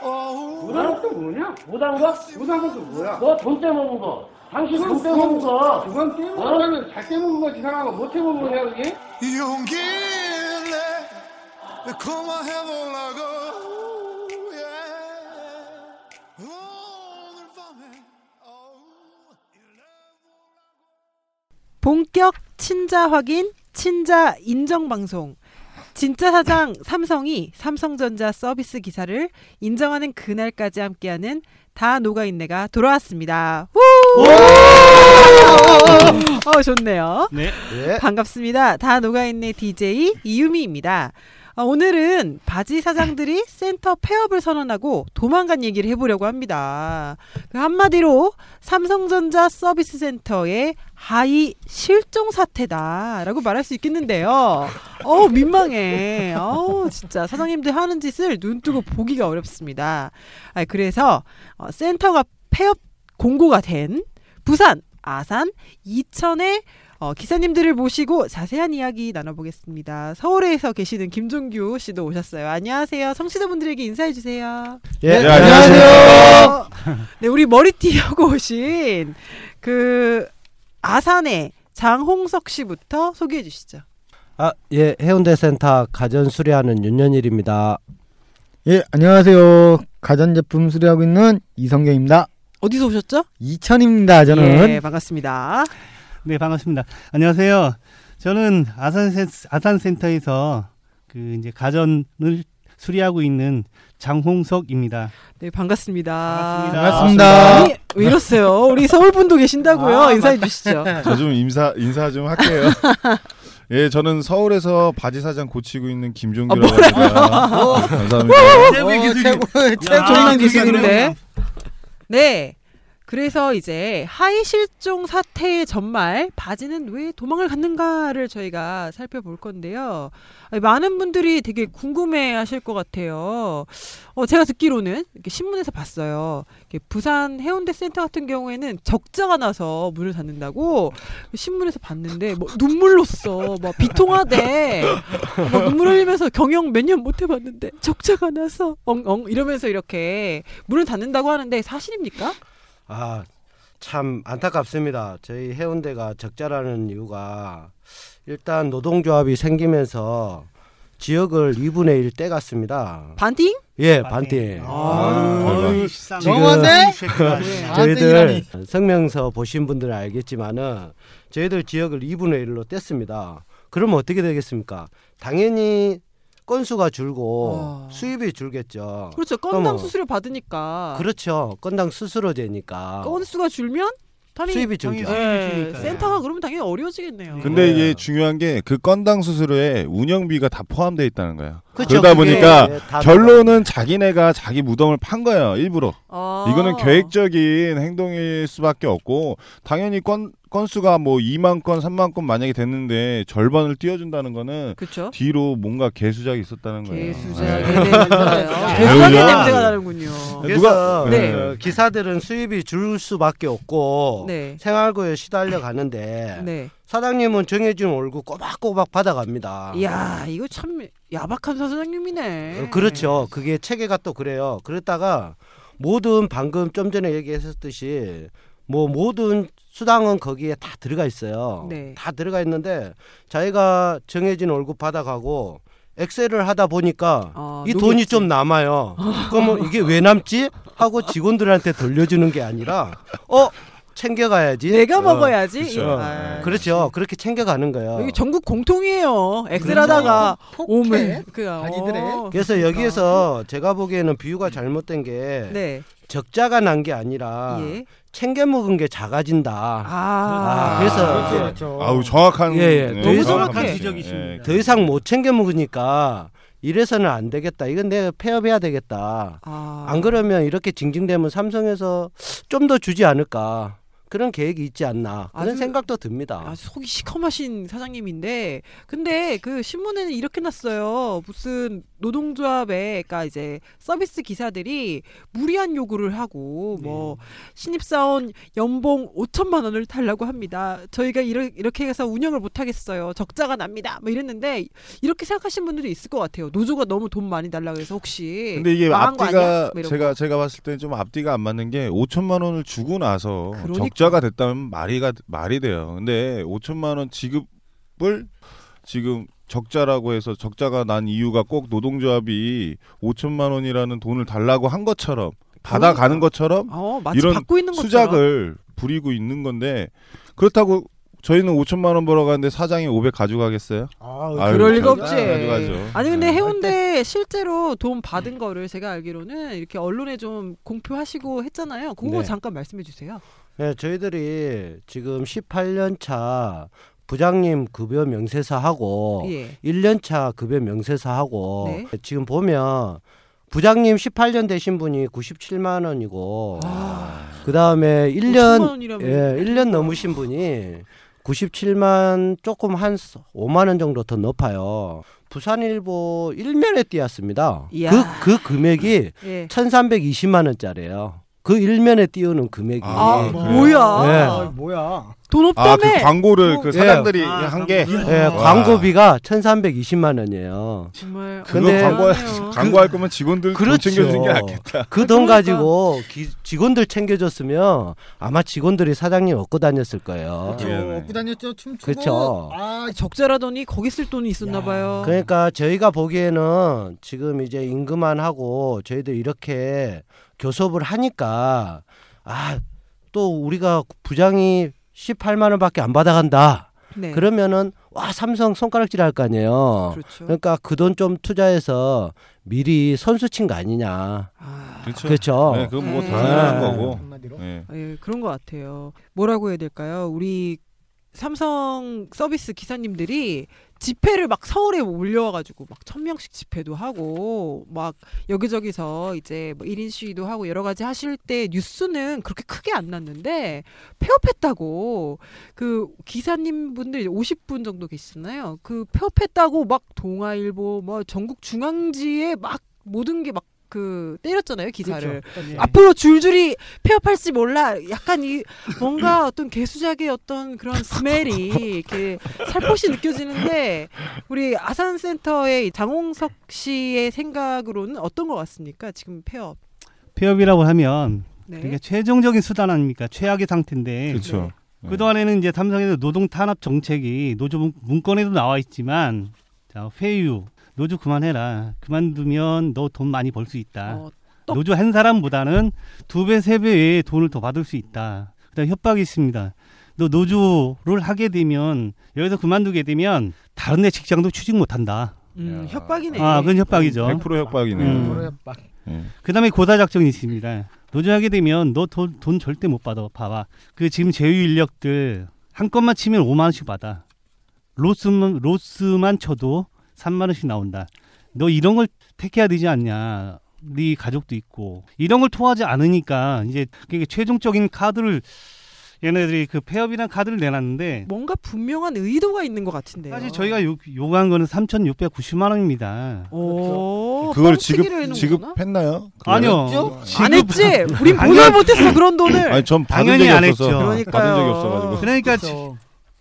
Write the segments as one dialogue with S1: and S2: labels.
S1: 어우.
S2: 무당은 또 뭐냐?
S3: 무당은?
S2: 무당은 또 뭐야?
S3: 너 돈 떼먹은 거. 당신 돈
S2: 그건
S3: 떼먹은 거. 어?
S2: 그건 깨먹으면 잘 깨먹은 거지 사람하고 못 해먹은 거냐 그게?
S1: 용기를 내 고마해보려고 예. 오늘 밤에 어우.
S4: 본격 친자 확인, 친자 인정 방송. 진짜 사장 삼성이 삼성전자 서비스 기사를 인정하는 그날까지 함께하는 다 녹아인내가 돌아왔습니다. 우! 어, 좋네요.
S5: 네.
S4: 반갑습니다. 다 녹아있네 DJ 이유미입니다. 어, 오늘은 바지 사장들이 센터 폐업을 선언하고 도망간 얘기를 해보려고 합니다. 그 한마디로 삼성전자 서비스 센터의 하이 실종 사태다라고 말할 수 있겠는데요. 어우, 민망해. 어우, 진짜 사장님들 하는 짓을 눈뜨고 보기가 어렵습니다. 아, 그래서 어, 센터가 폐업 공고가 된 부산, 아산, 이천의 어, 기사님들을 모시고 자세한 이야기 나눠보겠습니다. 서울에서 계시는 김종규 씨도 오셨어요. 안녕하세요. 성취자분들에게 인사해 주세요.
S5: 예,
S4: 네, 우리 머리띠하고 오신 그 아산의 장홍석 씨부터 소개해 주시죠.
S5: 아, 예, 해운대 센터 가전 수리하는 윤현일입니다.
S6: 예, 안녕하세요. 가전제품 수리하고 있는 이성경입니다.
S4: 어디서 오셨죠?
S6: 이천입니다, 저는.
S4: 예, 반갑습니다.
S5: 네, 반갑습니다. 안녕하세요. 저는 아산 센- 아산 센터에서 그 이제 가전을 수리하고 있는 장홍석입니다.
S4: 네, 반갑습니다.
S5: 아, 반갑습니다.
S6: 반갑습니다.
S4: 아니, 왜 이러세요? 우리 서울 분도 계신다고요.
S5: 아,
S4: 인사해 주시죠.
S7: 저 좀 인사 인사 좀 할게요. 예, 저는 서울에서 바지 사장 고치고 있는 김종규라고 합니다. 감사합니다.
S6: 최고의 어, 기술이.
S8: 네, 아,
S4: 엄청난
S8: 그
S4: 기술인데. 네. 그래서 이제 하이 실종 사태의 전말 바지는 왜 도망을 갔는가를 저희가 살펴볼 건데요. 아니, 많은 분들이 되게 궁금해하실 것 같아요. 어, 제가 듣기로는 이렇게 신문에서 봤어요. 이렇게 부산 해운대 센터 같은 경우에는 적자가 나서 문을 닫는다고 신문에서 봤는데 뭐 눈물로 써막 뭐 비통하대. 막 눈물 흘리면서 경영 몇 년 못 해봤는데 적자가 나서 엉엉 이러면서 이렇게 문을 닫는다고 하는데 사실입니까?
S5: 아, 참 안타깝습니다. 저희 해운대가 적자라는 이유가 일단 노동조합이 생기면서 지역을 2분의 1 떼갔습니다.
S4: 반띵?
S5: 예, 반띵.
S6: 네.
S7: 아유, 네. 아,
S6: 너무한데?
S8: 네.
S5: 저희들 성명서 보신 분들은 알겠지만은 저희들 지역을 2분의 1로 뗐습니다. 그러면 어떻게 되겠습니까? 당연히 건수가 줄고
S4: 어.
S5: 수입이 줄겠죠.
S4: 그렇죠. 건당
S5: 어머.
S4: 수수료 받으니까
S5: 그렇죠. 건당 수수료제니까.
S4: 건수가 줄면 당연히
S5: 수입이 줄죠.
S4: 네, 센터가 그러면 당연히 어려워지겠네요.
S7: 근데
S5: 네.
S7: 이게 중요한 게 그 건당 수수료에 운영비가 다 포함되어 있다는 거야.
S5: 그렇죠.
S7: 그러다
S5: 그게
S7: 보니까
S5: 다
S7: 결론은 자기네가 자기 무덤을 판 거예요. 일부러.
S4: 아.
S7: 이거는 계획적인 행동일 수밖에 없고 당연히 건 건수가 뭐 2만 건, 3만 건 만약에 됐는데 절반을 띄워준다는 거는
S4: 그렇죠.
S7: 뒤로 뭔가 개수작이 있었다는 거예요.
S4: 개수작에
S7: 네.
S4: 대해서요. 개수작의
S7: 배우야.
S4: 냄새가 나는군요.
S7: 누가-
S5: 그래서
S4: 네.
S5: 어, 기사들은 수입이 줄 수밖에 없고
S4: 네.
S5: 생활고에 시달려 가는데
S4: 네.
S5: 사장님은 정해진 월급 꼬박꼬박 받아갑니다.
S4: 이야 이거 참 야박한 사장님이네.
S5: 어, 그렇죠. 그게 체계가 또 그래요. 그랬다가 모든 방금 좀 전에 얘기했었듯이 뭐 모든 수당은 거기에 다 들어가 있어요.
S4: 네.
S5: 다 들어가 있는데 자기가 정해진 월급 받아가고 엑셀을 하다 보니까
S4: 아,
S5: 이
S4: 녹이
S5: 돈이
S4: 있지.
S5: 좀 남아요. 그러면 이게 왜 남지? 하고 직원들한테 돌려주는 게 아니라 어 챙겨가야지.
S4: 내가 먹어야지.
S5: 그렇죠.
S4: 이거.
S5: 어.
S4: 아,
S5: 그렇죠. 그렇게 챙겨가는 거야.
S4: 이게 전국 공통이에요.
S5: 그렇죠.
S4: 엑스라다가 오면 그 아니더래.
S5: 그래서 여기에서 제가 보기에는 비유가 잘못된 게
S4: 그러니까. 네.
S5: 적자가 난 게 아니라
S4: 예.
S5: 챙겨 먹은 게 작아진다.
S4: 아,
S5: 아, 그래서
S7: 그렇죠,
S5: 이제
S7: 그렇죠. 아우, 정확한-
S5: 예,
S7: 네,
S5: 예. 더
S7: 너무
S5: 이상-
S7: 정확한 예, 지적이십니다. 예,
S5: 더 이상 못 챙겨 먹으니까 이래서는 안 되겠다. 이건 내가 폐업해야 되겠다.
S4: 아.
S5: 안 그러면 이렇게 징징대면 삼성에서 좀 더 주지 않을까. 그런 계획이 있지 않나. 그런
S4: 아주-
S5: 생각도 듭니다.
S4: 아, 속이 시커마신 사장님인데 근데 그 신문에는 이렇게 났어요. 무슨 노동조합에 그러니까 이제 서비스 기사들이 무리한 요구를 하고 뭐
S7: 네.
S4: 신입사원 연봉 5천만 원을 달라고 합니다. 저희가 이러, 이렇게 해서 운영을 못 하겠어요. 적자가 납니다. 뭐 이랬는데 이렇게 생각하시는 분들이 있을 것 같아요. 노조가 너무 돈 많이 달라고 해서 혹시
S7: 근데 이게
S4: 망한 거 아니야?
S7: 앞뒤가
S4: 뭐 이런
S7: 제가 제가 봤을 때 좀 앞뒤가 안 맞는 게 5천만 원을 주고 나서
S4: 그러니까.
S7: 적자가 됐다면 말이가 말이 돼요. 근데 5천만 원 지급을 지금 적자라고 해서 적자가 난 이유가 꼭 노동조합이 5천만 원이라는 돈을 달라고 한 것처럼 받아가는 것처럼
S4: 어, 마치
S7: 이런
S4: 받고 있는 그러니까. 것처럼.
S7: 수작을 부리고 있는 건데 그렇다고 저희는 5천만 원 벌어가는데 사장이 500 가져가겠어요? 아유,
S4: 그럴 리가
S7: 가-
S4: 없지.
S7: 가져가죠.
S4: 아니 근데 해운대 실제로 돈
S7: 네.
S4: 받은 거를 제가 알기로는 이렇게 언론에 좀 공표하시고 했잖아요. 그거
S5: 네.
S4: 잠깐 말씀해 주세요.
S5: 네, 저희들이 지금 18년 차 부장님 급여
S7: 어.
S5: 명세서하고
S4: 예.
S5: 1년 차 급여 명세서하고
S4: 네.
S5: 지금 보면 부장님 18년 되신 분이 97만 원이고 그다음에
S4: 5천만
S5: 1년
S4: 아. 어, 원이라면
S5: 예, 1년 넘으신 분이 97만 조금 한 5만 원 정도 더 높아요. 부산일보 일면에 띄었습니다.
S4: 이야.
S5: 그 그 금액이
S4: 예.
S5: 1,320만 원짜리예요. 그 일면에 띄우는 금액이
S7: 아, 그래요? 네.
S5: 예.
S6: 뭐야?
S4: 돈
S7: 아, 그
S8: 뭐
S7: 광고를 그 사장들이 한
S8: 아,
S7: 게.
S5: 예, 광고비가 1,320만 원이에요.
S4: 정말
S7: 그거 광고
S8: 아,
S7: 광고할 거면 직원들 돈
S8: 그렇죠.
S7: 챙겨주는 게 낫겠다.
S5: 그렇죠. 그돈
S4: 그러니까.
S5: 가지고 기- 직원들 챙겨줬으면 아마 직원들이 사장님 얻고 다녔을 거예요.
S6: 업고 다녔죠 춤추고.
S5: 그렇죠.
S6: 아,
S4: 적자라더니 거기 쓸 돈이 있었나 봐요.
S5: 그러니까 저희가 보기에는 지금 이제 임금만 하고 저희들 이렇게 교섭을 하니까 아 또 우리가 부장이 18만 원밖에 안 받아간다.
S4: 네.
S5: 그러면은 와 삼성 손가락질 할 거 아니에요.
S4: 그렇죠.
S5: 러니까 그 돈 좀 투자해서 미리 선수 친 거 아니냐.
S7: 그렇죠.
S5: 그렇죠.
S7: 네, 그건 뭐
S9: 음.
S5: 네.
S7: 당연한
S5: 네.
S7: 거고.
S6: 한마디로.
S7: 예.
S4: 예, 그런 것 같아요. 뭐라고 해야 될까요? 우리 삼성 서비스 기사님들이 집회를 막 서울에 몰려와가지고 막 천 명씩 집회도 하고 막 여기저기서 이제 뭐 1인 시위도 하고 여러 가지 하실 때 뉴스는 그렇게 크게 안 났는데 폐업했다고 그 기사님 분들 50분 정도 계시잖아요. 그 폐업했다고 막 동아일보 뭐 전국 중앙지에 막 모든 게 막 그 때렸잖아요 기사를.
S6: 예.
S4: 앞으로 줄줄이 폐업할지 몰라. 약간 이 뭔가 어떤 개수작의 어떤 그런 스멜이 이렇게 살포시 느껴지는데 우리 아산센터의 장홍석 씨의 생각으로는 어떤 것 같습니까? 지금 폐업.
S8: 폐업이라고 하면
S4: 네.
S8: 그게 최종적인 수단 아닙니까? 최악의 상태인데.
S7: 그렇죠. 네.
S8: 그동안에는 이제 삼성에서 노동 탄압 정책이 노조 문- 문건에도 나와 있지만 자, 회유, 노조 그만해라. 그만두면 너 돈 많이 벌 수 있다.
S4: 어,
S8: 노조 한 사람보다는 두 배, 세 배의 돈을 더 받을 수 있다. 그다음 협박이 있습니다. 너 노조를 하게 되면 여기서 그만두게 되면 다른 데 직장도 취직 못 한다.
S4: 음, 협박이네.
S8: 아, 그건 협박이죠.
S7: 100% 협박이네요.
S8: 음.
S6: 100% 협박.
S7: 예.
S8: 그다음에 고사 작전이 있습니다. 노조하게 되면 너 돈 절대 못 받아. 봐봐. 그 지금 제휴 인력들 한 건만 치면 5만 원씩 받아. 로스만 로스만 쳐도 3만 원씩 나온다. 너 이런 걸 택해야 되지 않냐? 네 가족도 있고 이런 걸 통하지 않으니까 이제 그게 최종적인 카드를 얘네들이 그 폐업이란 카드를 내놨는데
S4: 뭔가 분명한 의도가 있는 것 같은데요.
S8: 사실 저희가 요, 요구한 거는 3,690만 원입니다.
S4: 오,
S7: 그걸
S4: 뻥튀기를
S7: 지급
S4: 해놓은
S7: 지급했나요? 그거를?
S8: 아니요.
S4: 안 했지?
S8: 그렇죠. 지급-
S4: 우린
S8: 아니요.
S4: 보낼 못했어, 그런 돈을.
S7: 아니 전 받은
S8: 네. 당연히
S7: 적이
S8: 안
S7: 없어서
S8: 했죠.
S7: 받은 적이 없어가지고.
S8: 그러니까 지-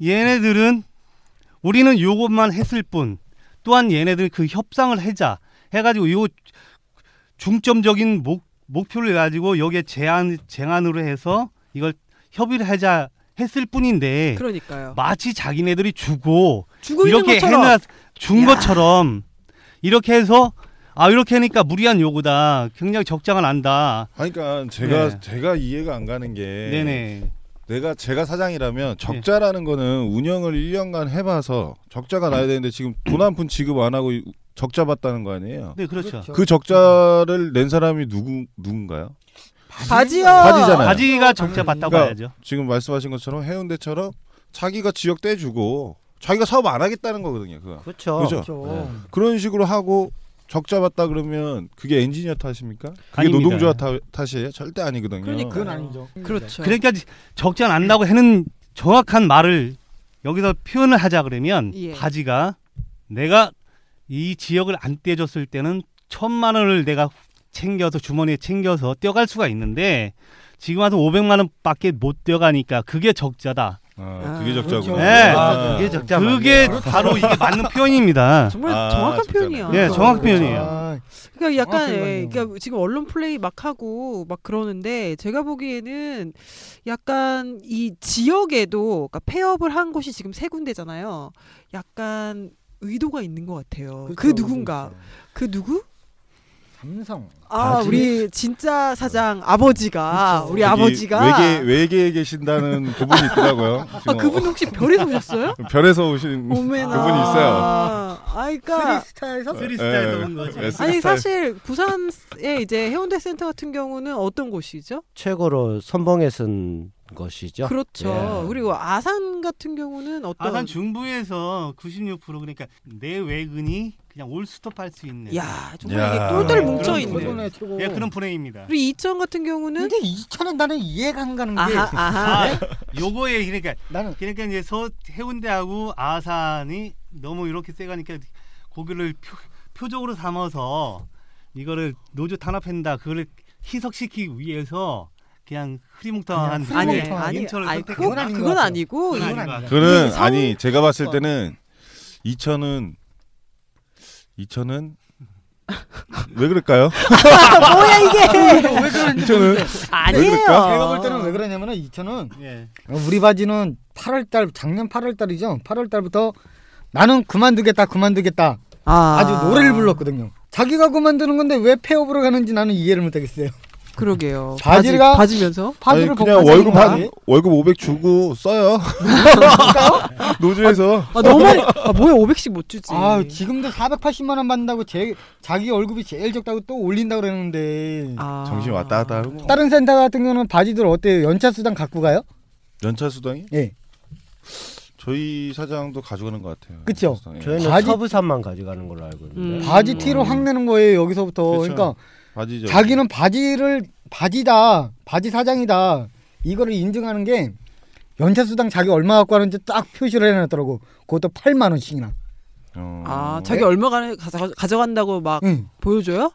S8: 얘네들은 우리는 요것만 했을 뿐 또한 얘네들 그 협상을 해자 해가지고 요 중점적인 목 목표를 가지고 여기에 제안 제안으로 해서 이걸 협의를 하자 했을 뿐인데
S4: 그러니까요.
S8: 마치 자기네들이 주고
S4: 주고 있는
S8: 이렇게
S4: 것처럼.
S8: 해놔 준 것처럼 이렇게 해서 아 이렇게 하니까 무리한 요구다 굉장히 적자가 난다
S7: 그러니까 제가
S8: 네.
S7: 제가 이해가 안 가는 게
S8: 네네 네.
S7: 내가 제가 사장이라면 적자라는 거는 운영을 1년간 해봐서 적자가 나야 되는데
S8: 음.
S7: 지금 돈 한 푼 지급 안 하고 적자 봤다는 거 아니에요?
S8: 네, 그렇죠.
S7: 그 적자를 낸 사람이 누구 누군가요?
S4: 바지요.
S7: 바지잖아요.
S8: 바지가 적자 봤다고
S7: 그러니까
S8: 봐야죠.
S7: 지금 말씀하신 것처럼 해운대처럼 자기가 지역 떼주고 자기가 사업 안 하겠다는 거거든요. 그거.
S5: 그렇죠.
S7: 그렇죠.
S5: 그렇죠.
S7: 네. 그런 식으로 하고 적자 봤다 그러면 그게 엔지니어 탓입니까? 그게
S8: 아닙니다.
S7: 노동조합 탓- 탓이에요? 절대 아니거든요.
S4: 그러니까
S6: 아니죠.
S4: 그렇죠.
S8: 그러니까 적자 난다고 해는 정확한 말을 여기서 표현을 하자 그러면
S4: 예.
S8: 바지가 내가 이 지역을 안 떼줬을 때는 천만 원을 내가 챙겨서 주머니에 챙겨서 떼어갈 수가 있는데 지금 와서 500만 원밖에 못 떼어가니까 그게 적자다.
S7: 아, 그게 적자구나.
S8: 네.
S7: 아,
S8: 그게
S7: 그게 적자 맞네요.
S8: 바로 이게 맞는 표현입니다.
S4: 정말
S7: 아,
S4: 정확한 표현이야.
S8: 네, 정확 표현이에요.
S4: 그러니까 약간
S6: 정확하게
S4: 예,
S6: 맞네요.
S4: 그러니까 지금 언론 플레이 막 하고 막 그러는데 제가 보기에는 약간 이 지역에도 그러니까 폐업을 한 곳이 지금 세 군데잖아요. 약간 의도가 있는 것 같아요. 그
S6: 그렇죠,
S4: 누군가 그 누구?
S6: 삼성.
S4: 아
S6: 바지.
S4: 우리 진짜 사장 아버지가 우리
S7: 저기
S4: 아버지가
S7: 외계 외계에 계신다는 그분이 있더라고요.
S4: 아
S7: 지금
S4: 그분 혹시 별에서 오셨어요?
S7: 별에서 오신
S4: 오메나.
S7: 그분이 있어요.
S4: 아, 그러니까
S6: 스타에서
S7: 예, 예, 쓰리
S4: 아니
S7: 스타일.
S4: 사실 부산의 이제 해운대 센터 같은 경우는 어떤 곳이죠?
S5: 최고로 선봉에 쓴 것이죠.
S4: 그렇죠. 그리고 아산 같은 경우는 어떤
S8: 아산 중부에서 96% 그러니까 내 외근이 그냥 올스톱할 수 있는.
S4: 야,
S6: 정말
S4: 이게
S8: 야.
S4: 똘똘
S8: 그런
S4: 뭉쳐
S8: 분야.
S6: 있네. 최고네,
S8: 예,
S6: 최고.
S8: 그런 분야입니다.
S4: 우리 이천 같은 경우는
S6: 근데 2천은 나는 이해가 안 가는 게
S4: 아하 아하.
S8: 아, 요거에 그러니까
S6: 나는
S8: 그러니까 이제 서 해운대하고 아산이 너무 이렇게 세가니까 고기를 표, 표적으로 삼아서 이거를 노조 탄압한다 그걸 희석시키기 위해서 그냥 흐리멍텅한
S6: 그냥
S4: 아니
S6: 흐리멍텅한
S4: 아니
S8: 인천을
S4: 아니
S8: 선택한
S4: 꼭
S6: 건 아닌 것
S4: 그건
S6: 같아요.
S4: 아니고
S8: 그건
S4: 이-
S8: 아닌 것 같아요.
S7: 그는
S4: 성-
S7: 아니 제가 봤을 때는 이천은 이천은 왜 그럴까요?
S4: 뭐야 이게
S6: 왜 그런지
S7: 이천은
S4: 아니에요.
S7: 그럴까?
S6: 제가 볼 때는 왜 그러냐면은 2천은
S8: 예.
S6: 우리 바지는 8월달 작년 8월달이죠. 8월달부터 나는 그만두겠다 그만두겠다
S4: 아,
S6: 아주 노래를 불렀거든요. 자기가 그만두는 건데 왜 폐업으로 가는지 나는 이해를 못하겠어요.
S4: 그러게요.
S6: 바지가-
S4: 바지, 바지면서
S6: 바지를
S7: 아니, 그냥
S6: 벗고
S7: 월급
S6: 사는
S7: 한
S6: 거지.
S7: 월급 500 주고 써요. 노조에서
S4: 아 너무 아 뭐야 500씩 못 주지.
S6: 아 지금도 480만 원 받는다고 제 자기 월급이 제일 적다고 또 올린다 그러는데
S4: 아.
S7: 정신 왔다 갔다 하고 뭐.
S6: 다른 센터 같은 경우는 바지들 어때요? 연차 수당 갖고 가요?
S7: 연차 수당이
S6: 예.
S7: 저희 사장도 가져가는 것 같아요.
S6: 그쵸?
S7: 연차 수당. 예.
S5: 저희는
S6: 바지-
S5: 서부산만 가져가는 걸로 알고 있는데.
S4: 음.
S6: 바지 티로 확 내는 거예요 여기서부터.
S7: 그쵸.
S6: 그러니까
S7: 바지죠.
S6: 자기는 바지를 바지다 바지 사장이다 이거를 인증하는 게 연차 수당 자기 얼마 갖고 가는지 딱 표시를 해놨더라고 그것도 8만 원씩이나
S7: 어.
S4: 아 자기 얼마 가 가져간다고 막
S6: 응.
S4: 보여줘요?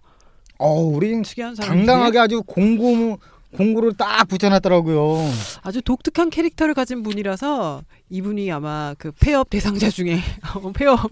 S6: 어 우리
S4: 특이한 네? 사람.
S6: 당당하게 아주 공고 공고를 딱 붙여놨더라고요
S4: 아주 독특한 캐릭터를 가진 분이라서 이분이 아마 그 폐업 대상자 중에 어, 폐업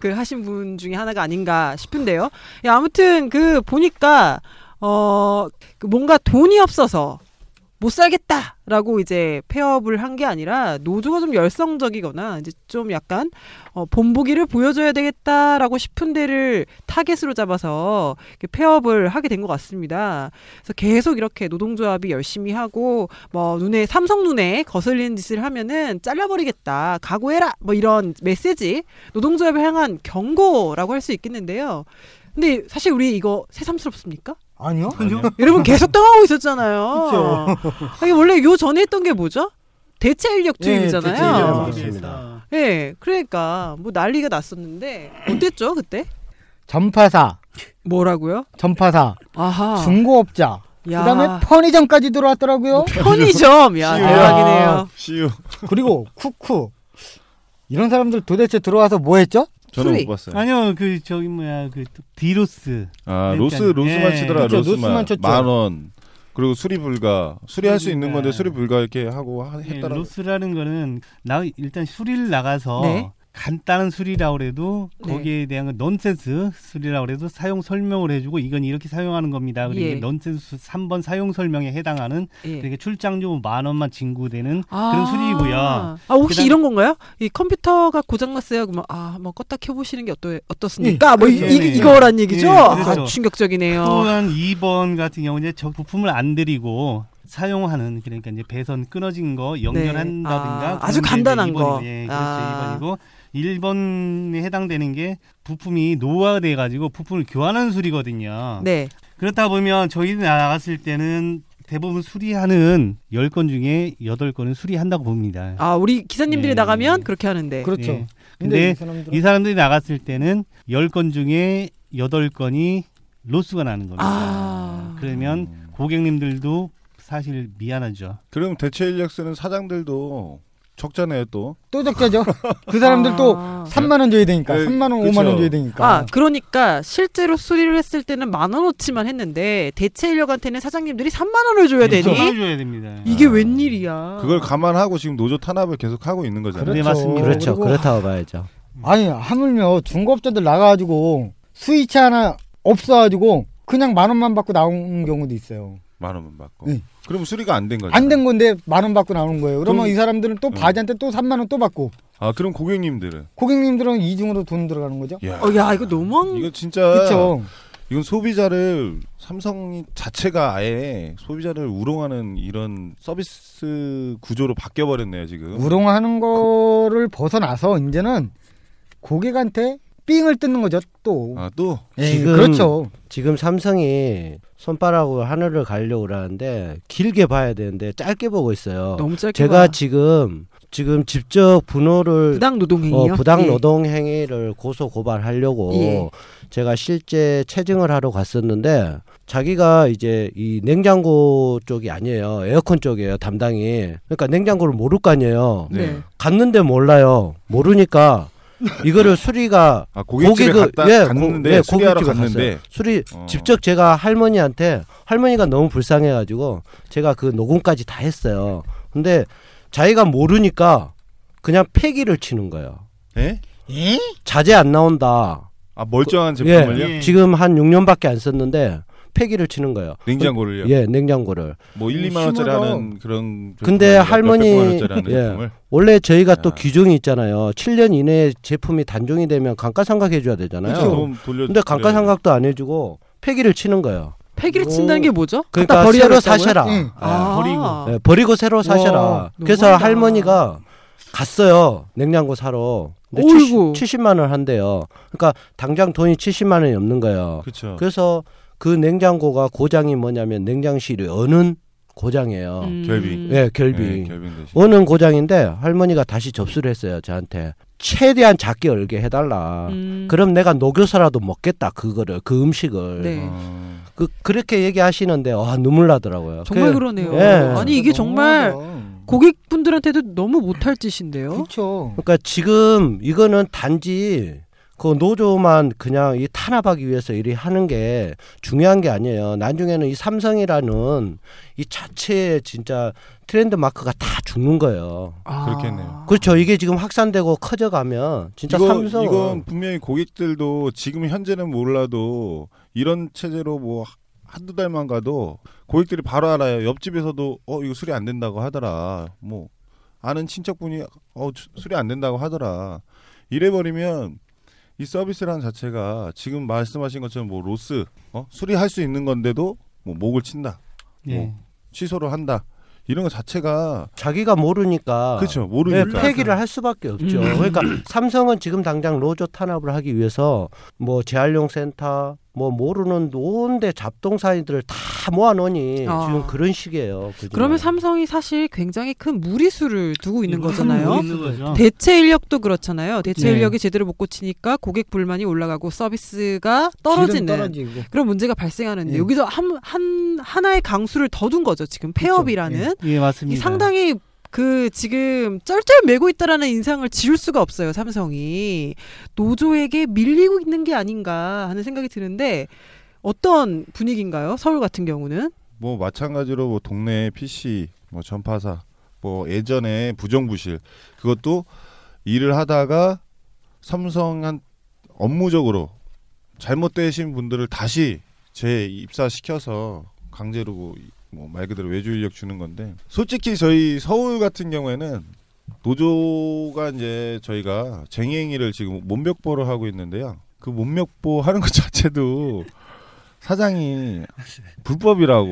S4: 그 하신 분 중에 하나가 아닌가 싶은데요. 야, 아무튼 그 보니까 어그 뭔가 돈이 없어서 못 살겠다라고 이제 폐업을 한 게 아니라 노조가 좀 열성적이거나 이제 좀 약간 어, 본보기를 보여줘야 되겠다라고 싶은 데를 타겟으로 잡아서 이렇게 폐업을 하게 된 것 같습니다. 그래서 계속 이렇게 노동조합이 열심히 하고 뭐 눈에 삼성 눈에 거슬리는 짓을 하면은 잘라버리겠다 각오해라 뭐 이런 메시지 노동조합을 향한 경고라고 할 수 있겠는데요. 근데 사실 우리 이거 새삼스럽습니까?
S6: 아니요
S7: 아니요.
S4: 여러분 계속 당하고 있었잖아요. 아니 원래 요 전에 했던 게 뭐죠? 대체 인력
S6: 예, 대체 인력
S4: 투입이잖아요.
S6: 투입.
S5: 맞습니다.
S4: 예, 그러니까 뭐 난리가 났었는데 어땠죠 그때?
S6: 전파사
S4: 뭐라고요?
S6: 전파사
S4: 아하.
S6: 중고업자
S4: 야. 뭐
S6: 그다음에 편의점까지 들어왔더라고요
S4: 편의점 야 대박이네요.
S7: CU
S6: 그리고 쿠쿠 이런 사람들 도대체 들어와서 뭐 했죠?
S7: 저는
S4: 프리.
S7: 못 봤어요.
S8: 아니요 그 저기 뭐야 그 디로스
S7: 아
S8: 그러니까,
S7: 로스 로스만
S8: 예.
S7: 치더라
S6: 그쵸,
S7: 로스만,
S6: 로스만 쳤죠.
S7: 만 원. 그리고 수리 불가 수리할 수 있는
S8: 그러니까.
S7: 건데 수리 불가 이렇게 하고 하-
S8: 예,
S7: 했더라.
S8: 로스라는 거는 나 일단 수리를 나가서
S4: 네.
S8: 간단한 수리라고 그래도
S4: 네.
S8: 거기에 대한 건 넌센스 수리라고 그래도 사용 설명을 해주고 이건 이렇게 사용하는 겁니다. 그리고
S4: 예.
S8: 이게 넌센스 3번 사용 설명에 해당하는
S4: 예.
S8: 그러니까 출장료 만 원만 징구되는
S4: 아.
S8: 그런 수리고요.
S4: 아 혹시
S8: 그다음-
S4: 이런 건가요? 이 컴퓨터가 고장났어요. 그러면 아 한번 껐다 켜보시는 게 어떠 어떻습니까? 뭐 이,
S8: 그렇죠.
S4: 이, 이거란 얘기죠.
S8: 예, 그렇죠.
S4: 아, 충격적이네요.
S8: 또한 2번 같은 경우 이제 저 부품을 안 드리고 사용하는 그러니까 이제 배선 끊어진 거 연결한다든가
S4: 아,
S8: 그런
S4: 아주
S8: 게
S4: 간단한
S8: 1번이고,
S4: 거.
S8: 예,
S4: 아.
S8: 그렇죠. 1번이고 1번에 해당되는 게 부품이 노화돼 가지고 부품을 교환하는 수리거든요.
S4: 네.
S8: 그렇다 보면 저희들 나갔을 때는 대부분 수리하는 10건 중에 8건은 수리한다고 봅니다.
S4: 아 우리 기사님들이 나가면 그렇게 하는데.
S6: 그렇죠.
S5: 그렇죠. 네.
S8: 예. 근데 이, 사람들이... 나갔을 때는 10건 중에 8건이 로스가 나는 겁니다.
S5: 아.
S4: 아.
S8: 그러면 고객님들도 사실 미안하죠.
S7: 그럼 대체 인력 쓰는 사장들도 적자네요 또.
S6: 또 적자죠. 그 사람들 또 3만 원 줘야 되니까
S7: 네,
S6: 3만 원, 5만
S7: 그렇죠.
S6: 원 줘야 되니까.
S4: 아, 그러니까 실제로 수리를 했을 때는 만 원어치만 했는데 대체 인력한테는 사장님들이 3만 원을 줘야 되니?
S8: 줘야 됩니다.
S4: 이게 웬일이야?
S7: 그걸 감안하고 지금 노조 탄압을 계속 하고 있는 거잖아요.
S6: 그렇죠. 네, 맞습니다.
S5: 그렇죠.
S6: 그리고-
S5: 그렇다고 봐야죠.
S6: 아니 하물며 중고업자들 나가가지고 스위치 하나 없어가지고 그냥 만 원만 받고 나오는 경우도 있어요.
S7: 만 원만 받고. 네. 그럼 수리가 안 된 거죠.
S6: 안 된 건데 만 원 받고 나오는 거예요. 그러면
S7: 그럼-
S6: 이 사람들은 또 바지한테 또 3만 원 또 받고
S7: 아 그럼 고객님들은
S6: 고객님들은 이중으로 돈 들어가는 거죠.
S7: 야. 어, 야, 이거
S4: 너무한
S7: 이거 진짜
S6: 그쵸.
S7: 이건 소비자를 삼성이 자체가 아예 소비자를 우롱하는 이런 서비스 구조로 바뀌어 버렸네요 지금.
S6: 우롱하는 거를 벗어나서 이제는 고객한테 삥을 뜯는 거죠 또.
S7: 아 또.
S6: 예, 그렇죠.
S5: 지금 삼성이 손바닥으로 하늘을 가려고 하는데 길게 봐야 되는데 짧게 보고 있어요.
S4: 너무 짧게
S5: 제가
S4: 봐.
S5: 지금 지금 직접 분노를
S4: 부당 노동행위요?
S5: 어, 부당
S4: 예.
S5: 노동 행위를 고소 고발하려고
S4: 예.
S5: 제가 실제 체증을 하러 갔었는데 자기가 이제 이 냉장고 쪽이 아니에요. 에어컨 쪽이에요. 담당이. 그러니까 냉장고를 모를 거 아니에요.
S7: 네.
S5: 갔는데 몰라요. 모르니까 이거를 수리가
S7: 아, 고깃집에
S5: 고객을-
S7: 갔다- 예, 갔는데 수리하러
S5: 그, 예, 고깃집에
S7: 갔는데.
S5: 갔어요. 수리 직접 제가 할머니한테 할머니가 너무 불쌍해가지고 제가 그 녹음까지 다 했어요. 근데 자기가 모르니까 그냥 폐기를 치는 거예요.
S7: 예?
S5: 자재 안 나온다.
S7: 아 멀쩡한
S5: 그-
S7: 제품을요?
S5: 예, 지금 한 6년밖에 안 썼는데 폐기를 치는 거예요.
S7: 냉장고를요?
S5: 예, 냉장고를.
S7: 뭐 1,
S6: 예,
S7: 2만 원짜리 하는 그런
S5: 근데
S7: 제품을, 몇백만
S5: 할머니
S7: 원짜리 하는
S5: 예,
S7: 제품을? 아.
S5: 원래 저희가 또 규정이 있잖아요. 7년 이내에 제품이 단종이 되면 감가상각 해줘야 되잖아요.
S7: 그렇죠. 그럼 돌려-
S5: 근데
S4: 네.
S5: 감가상각도 안 해주고 폐기를 치는 거예요.
S4: 폐기를 친다는 게 뭐죠?
S5: 그러니까
S4: 갖다 버려야 된다고요?
S5: 새로 사셔라.
S4: 응.
S5: 예.
S4: 아. 버리고.
S5: 예, 버리고 새로 사셔라.
S4: 와,
S5: 그래서
S4: 너무하다.
S5: 할머니가 갔어요. 냉장고 사러. 근데
S4: 어이구.
S5: 70, 만원 한대요. 그러니까 당장 돈이 70만 원이 없는 거예요.
S7: 그쵸.
S5: 래서그 냉장고가 고장이 뭐냐면 냉장실이 어는 고장이에요.
S7: 음. 결빙.
S5: 예, 결빙.
S7: 예, 결빙 대신.
S5: 어는 고장인데 할머니가 다시 접수를 했어요. 저한테. 최대한 작게 얼게 해달라.
S4: 음.
S5: 그럼 내가 녹여서라도 먹겠다. 그거를 아, 그 음식을.
S4: 네.
S5: 그 그렇게 얘기하시는데 와 눈물 나더라고요.
S4: 정말
S5: 그-
S4: 그, 러네요
S5: 예.
S4: 아니 이게 정말 어? 고객분들한테도 너무 못할 짓인데요.
S6: 그렇죠.
S5: 그러니까 지금 이거는 단지 그 노조만 그냥 이 탄압하기 위해서 이리 하는 게 중요한 게 아니에요. 나중에는 이 삼성이라는 이 자체의 진짜 트렌드 마크가 다 죽는 거예요.
S4: 아.
S7: 그렇겠네요.
S5: 그렇죠. 이게 지금 확산되고 커져가면 진짜
S7: 이거,
S5: 삼성
S7: 이건 분명히 고객들도 지금 현재는 몰라도 이런 체제로 뭐 한두 달만 가도 고객들이 바로 알아요. 옆집에서도 어 이거 수리 안 된다고 하더라. 뭐 아는 친척분이 어 수- 수리 안 된다고 하더라. 이래 버리면 이 서비스란 자체가 지금 말씀하신 것처럼 뭐 로스 어 수리할 수 있는 건데도 뭐 목을 친다.
S8: 예.
S7: 뭐 취소를 한다. 이런 거 자체가
S5: 자기가 모르니까
S7: 그렇죠. 모르니까.
S5: 네, 폐기를 할 수밖에 없죠.
S7: 음.
S5: 그러니까 삼성은 지금 당장 로조 탄압을 하기 위해서 뭐 재활용 센터 뭐 모르는 온데 잡동사니들을 다 모아놓으니
S4: 아.
S5: 지금 그런 식이에요. 그죠?
S4: 그러면 삼성이 사실 굉장히 큰 무리수를 두고 있는
S5: 큰
S6: 뭐
S4: 거잖아요.
S5: 무리수죠.
S6: 어.
S5: 거죠.
S4: 대체 인력도 그렇잖아요. 대체
S5: 네.
S4: 인력이 제대로 못 고치니까 고객 불만이 올라가고 서비스가 떨어지는
S6: 떨어지고.
S4: 그런 문제가 발생하는데
S6: 예.
S4: 여기서 한, 한 하나의 강수를 더 둔 거죠. 지금 폐업이라는
S8: 예, 맞습니다.
S4: 이 상당히 그 지금 쩔쩔매고 있다라는 인상을 지울 수가 없어요. 삼성이 노조에게 밀리고 있는 게 아닌가 하는 생각이 드는데 어떤 분위기인가요? 서울 같은 경우는
S7: 뭐 마찬가지로 뭐 동네 PC 뭐 전파사 뭐 예전에 부정부실 그것도 일을 하다가 삼성한 업무적으로 잘못되신 분들을 다시 재입사시켜서 강제로 뭐 말 그대로 외주 인력 주는 건데 솔직히 저희 서울 같은 경우에는 노조가 이제 저희가 쟁행위를 지금 몸벽보를 하고 있는데요. 그 몸벽보 하는 것 자체도 사장이 불법이라고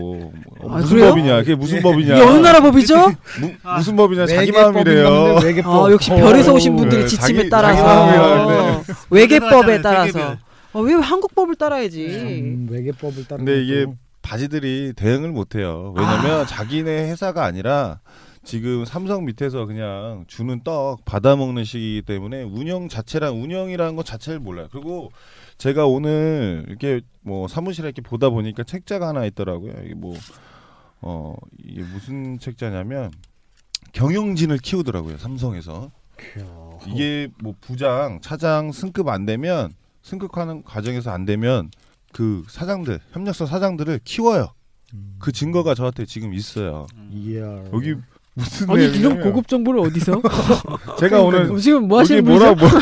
S7: 뭐,
S5: 아,
S7: 무슨
S5: 그래요?
S7: 법이냐 그게 무슨 법이냐
S4: 이게 어느 나라 법이죠?
S7: 무, 무슨 법이냐 자기
S4: 외계법인
S7: 마음이래요
S4: 건데 외계법. 아, 역시
S6: 어,
S4: 별에서 오신 분들이 지침에
S7: 어, 네, 자기-
S4: 따라서. 어,
S7: 자기 마음이라 근데.
S4: 외계법에 따라서. 어, 왜 한국법을 따라야지?
S7: 네,
S6: 음, 외계법을 따라.
S7: 근데 이게 바지들이 대응을 못해요. 왜냐면 자기네 회사가 아니라 지금 삼성 밑에서 그냥 주는 떡 받아 먹는 식이기 때문에 운영 자체란 운영이라는 것 자체를 몰라요. 그리고 제가 오늘 이렇게 뭐 사무실에 이렇게 보다 보니까 책자가 하나 있더라고요. 이게 뭐, 뭐어 이게 무슨 책자냐면 경영진을 키우더라고요. 삼성에서. 이게 뭐 부장, 차장 승급 안 되면 승급하는 과정에서 안 되면 그 사장들 협력사 사장들을 키워요. 그 증거가 저한테 지금 있어요. 여기 무슨
S4: 아니
S7: 내용이냐면
S4: 이런 고급 정보를 어디서?
S7: 제가 오늘
S4: 지금 뭐 하시는
S7: 여기 뭐라
S4: 분이세요?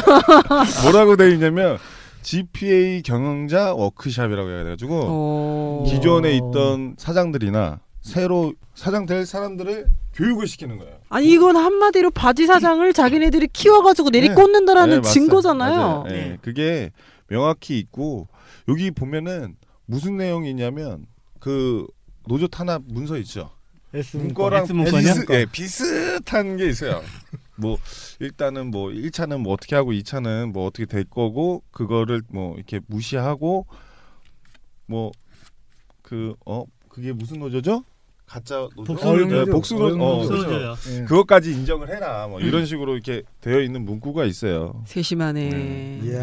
S7: 뭐, 뭐라고 돼 있냐면 GPA 경영자 워크샵이라고 해가지고 뭐
S4: 어.
S7: 기존에 있던 사장들이나 새로 사장 될 사람들을 교육을 시키는 거예요.
S4: 아니 이건 한마디로 바지 사장을 자기네들이 키워가지고
S7: 네,
S4: 내리꽂는다라는
S7: 맞아요.
S4: 증거잖아요.
S7: 맞아요. 네, 그게 명확히 있고 여기 보면은 무슨 내용이냐면 그 노조 탄압 문서 있죠.
S6: S
S7: 문과랑
S6: S 문과냐?
S7: 비슷, 예, 비슷한 게 있어요. 뭐 일단은 뭐 1차는 뭐 어떻게 하고 2차는 뭐 어떻게 될 거고 그거를 뭐 이렇게 무시하고 뭐 그 어 그게 무슨 노조죠? 가짜 노조?
S8: 복수 노조.
S7: 네, 복수 노조. 어,
S8: 복수
S7: 그렇죠.
S8: 노조요. 예.
S7: 그것까지 인정을 해라. 뭐 이런 식으로 이렇게 되어 있는 문구가 있어요.
S4: 세심하네.
S7: 예.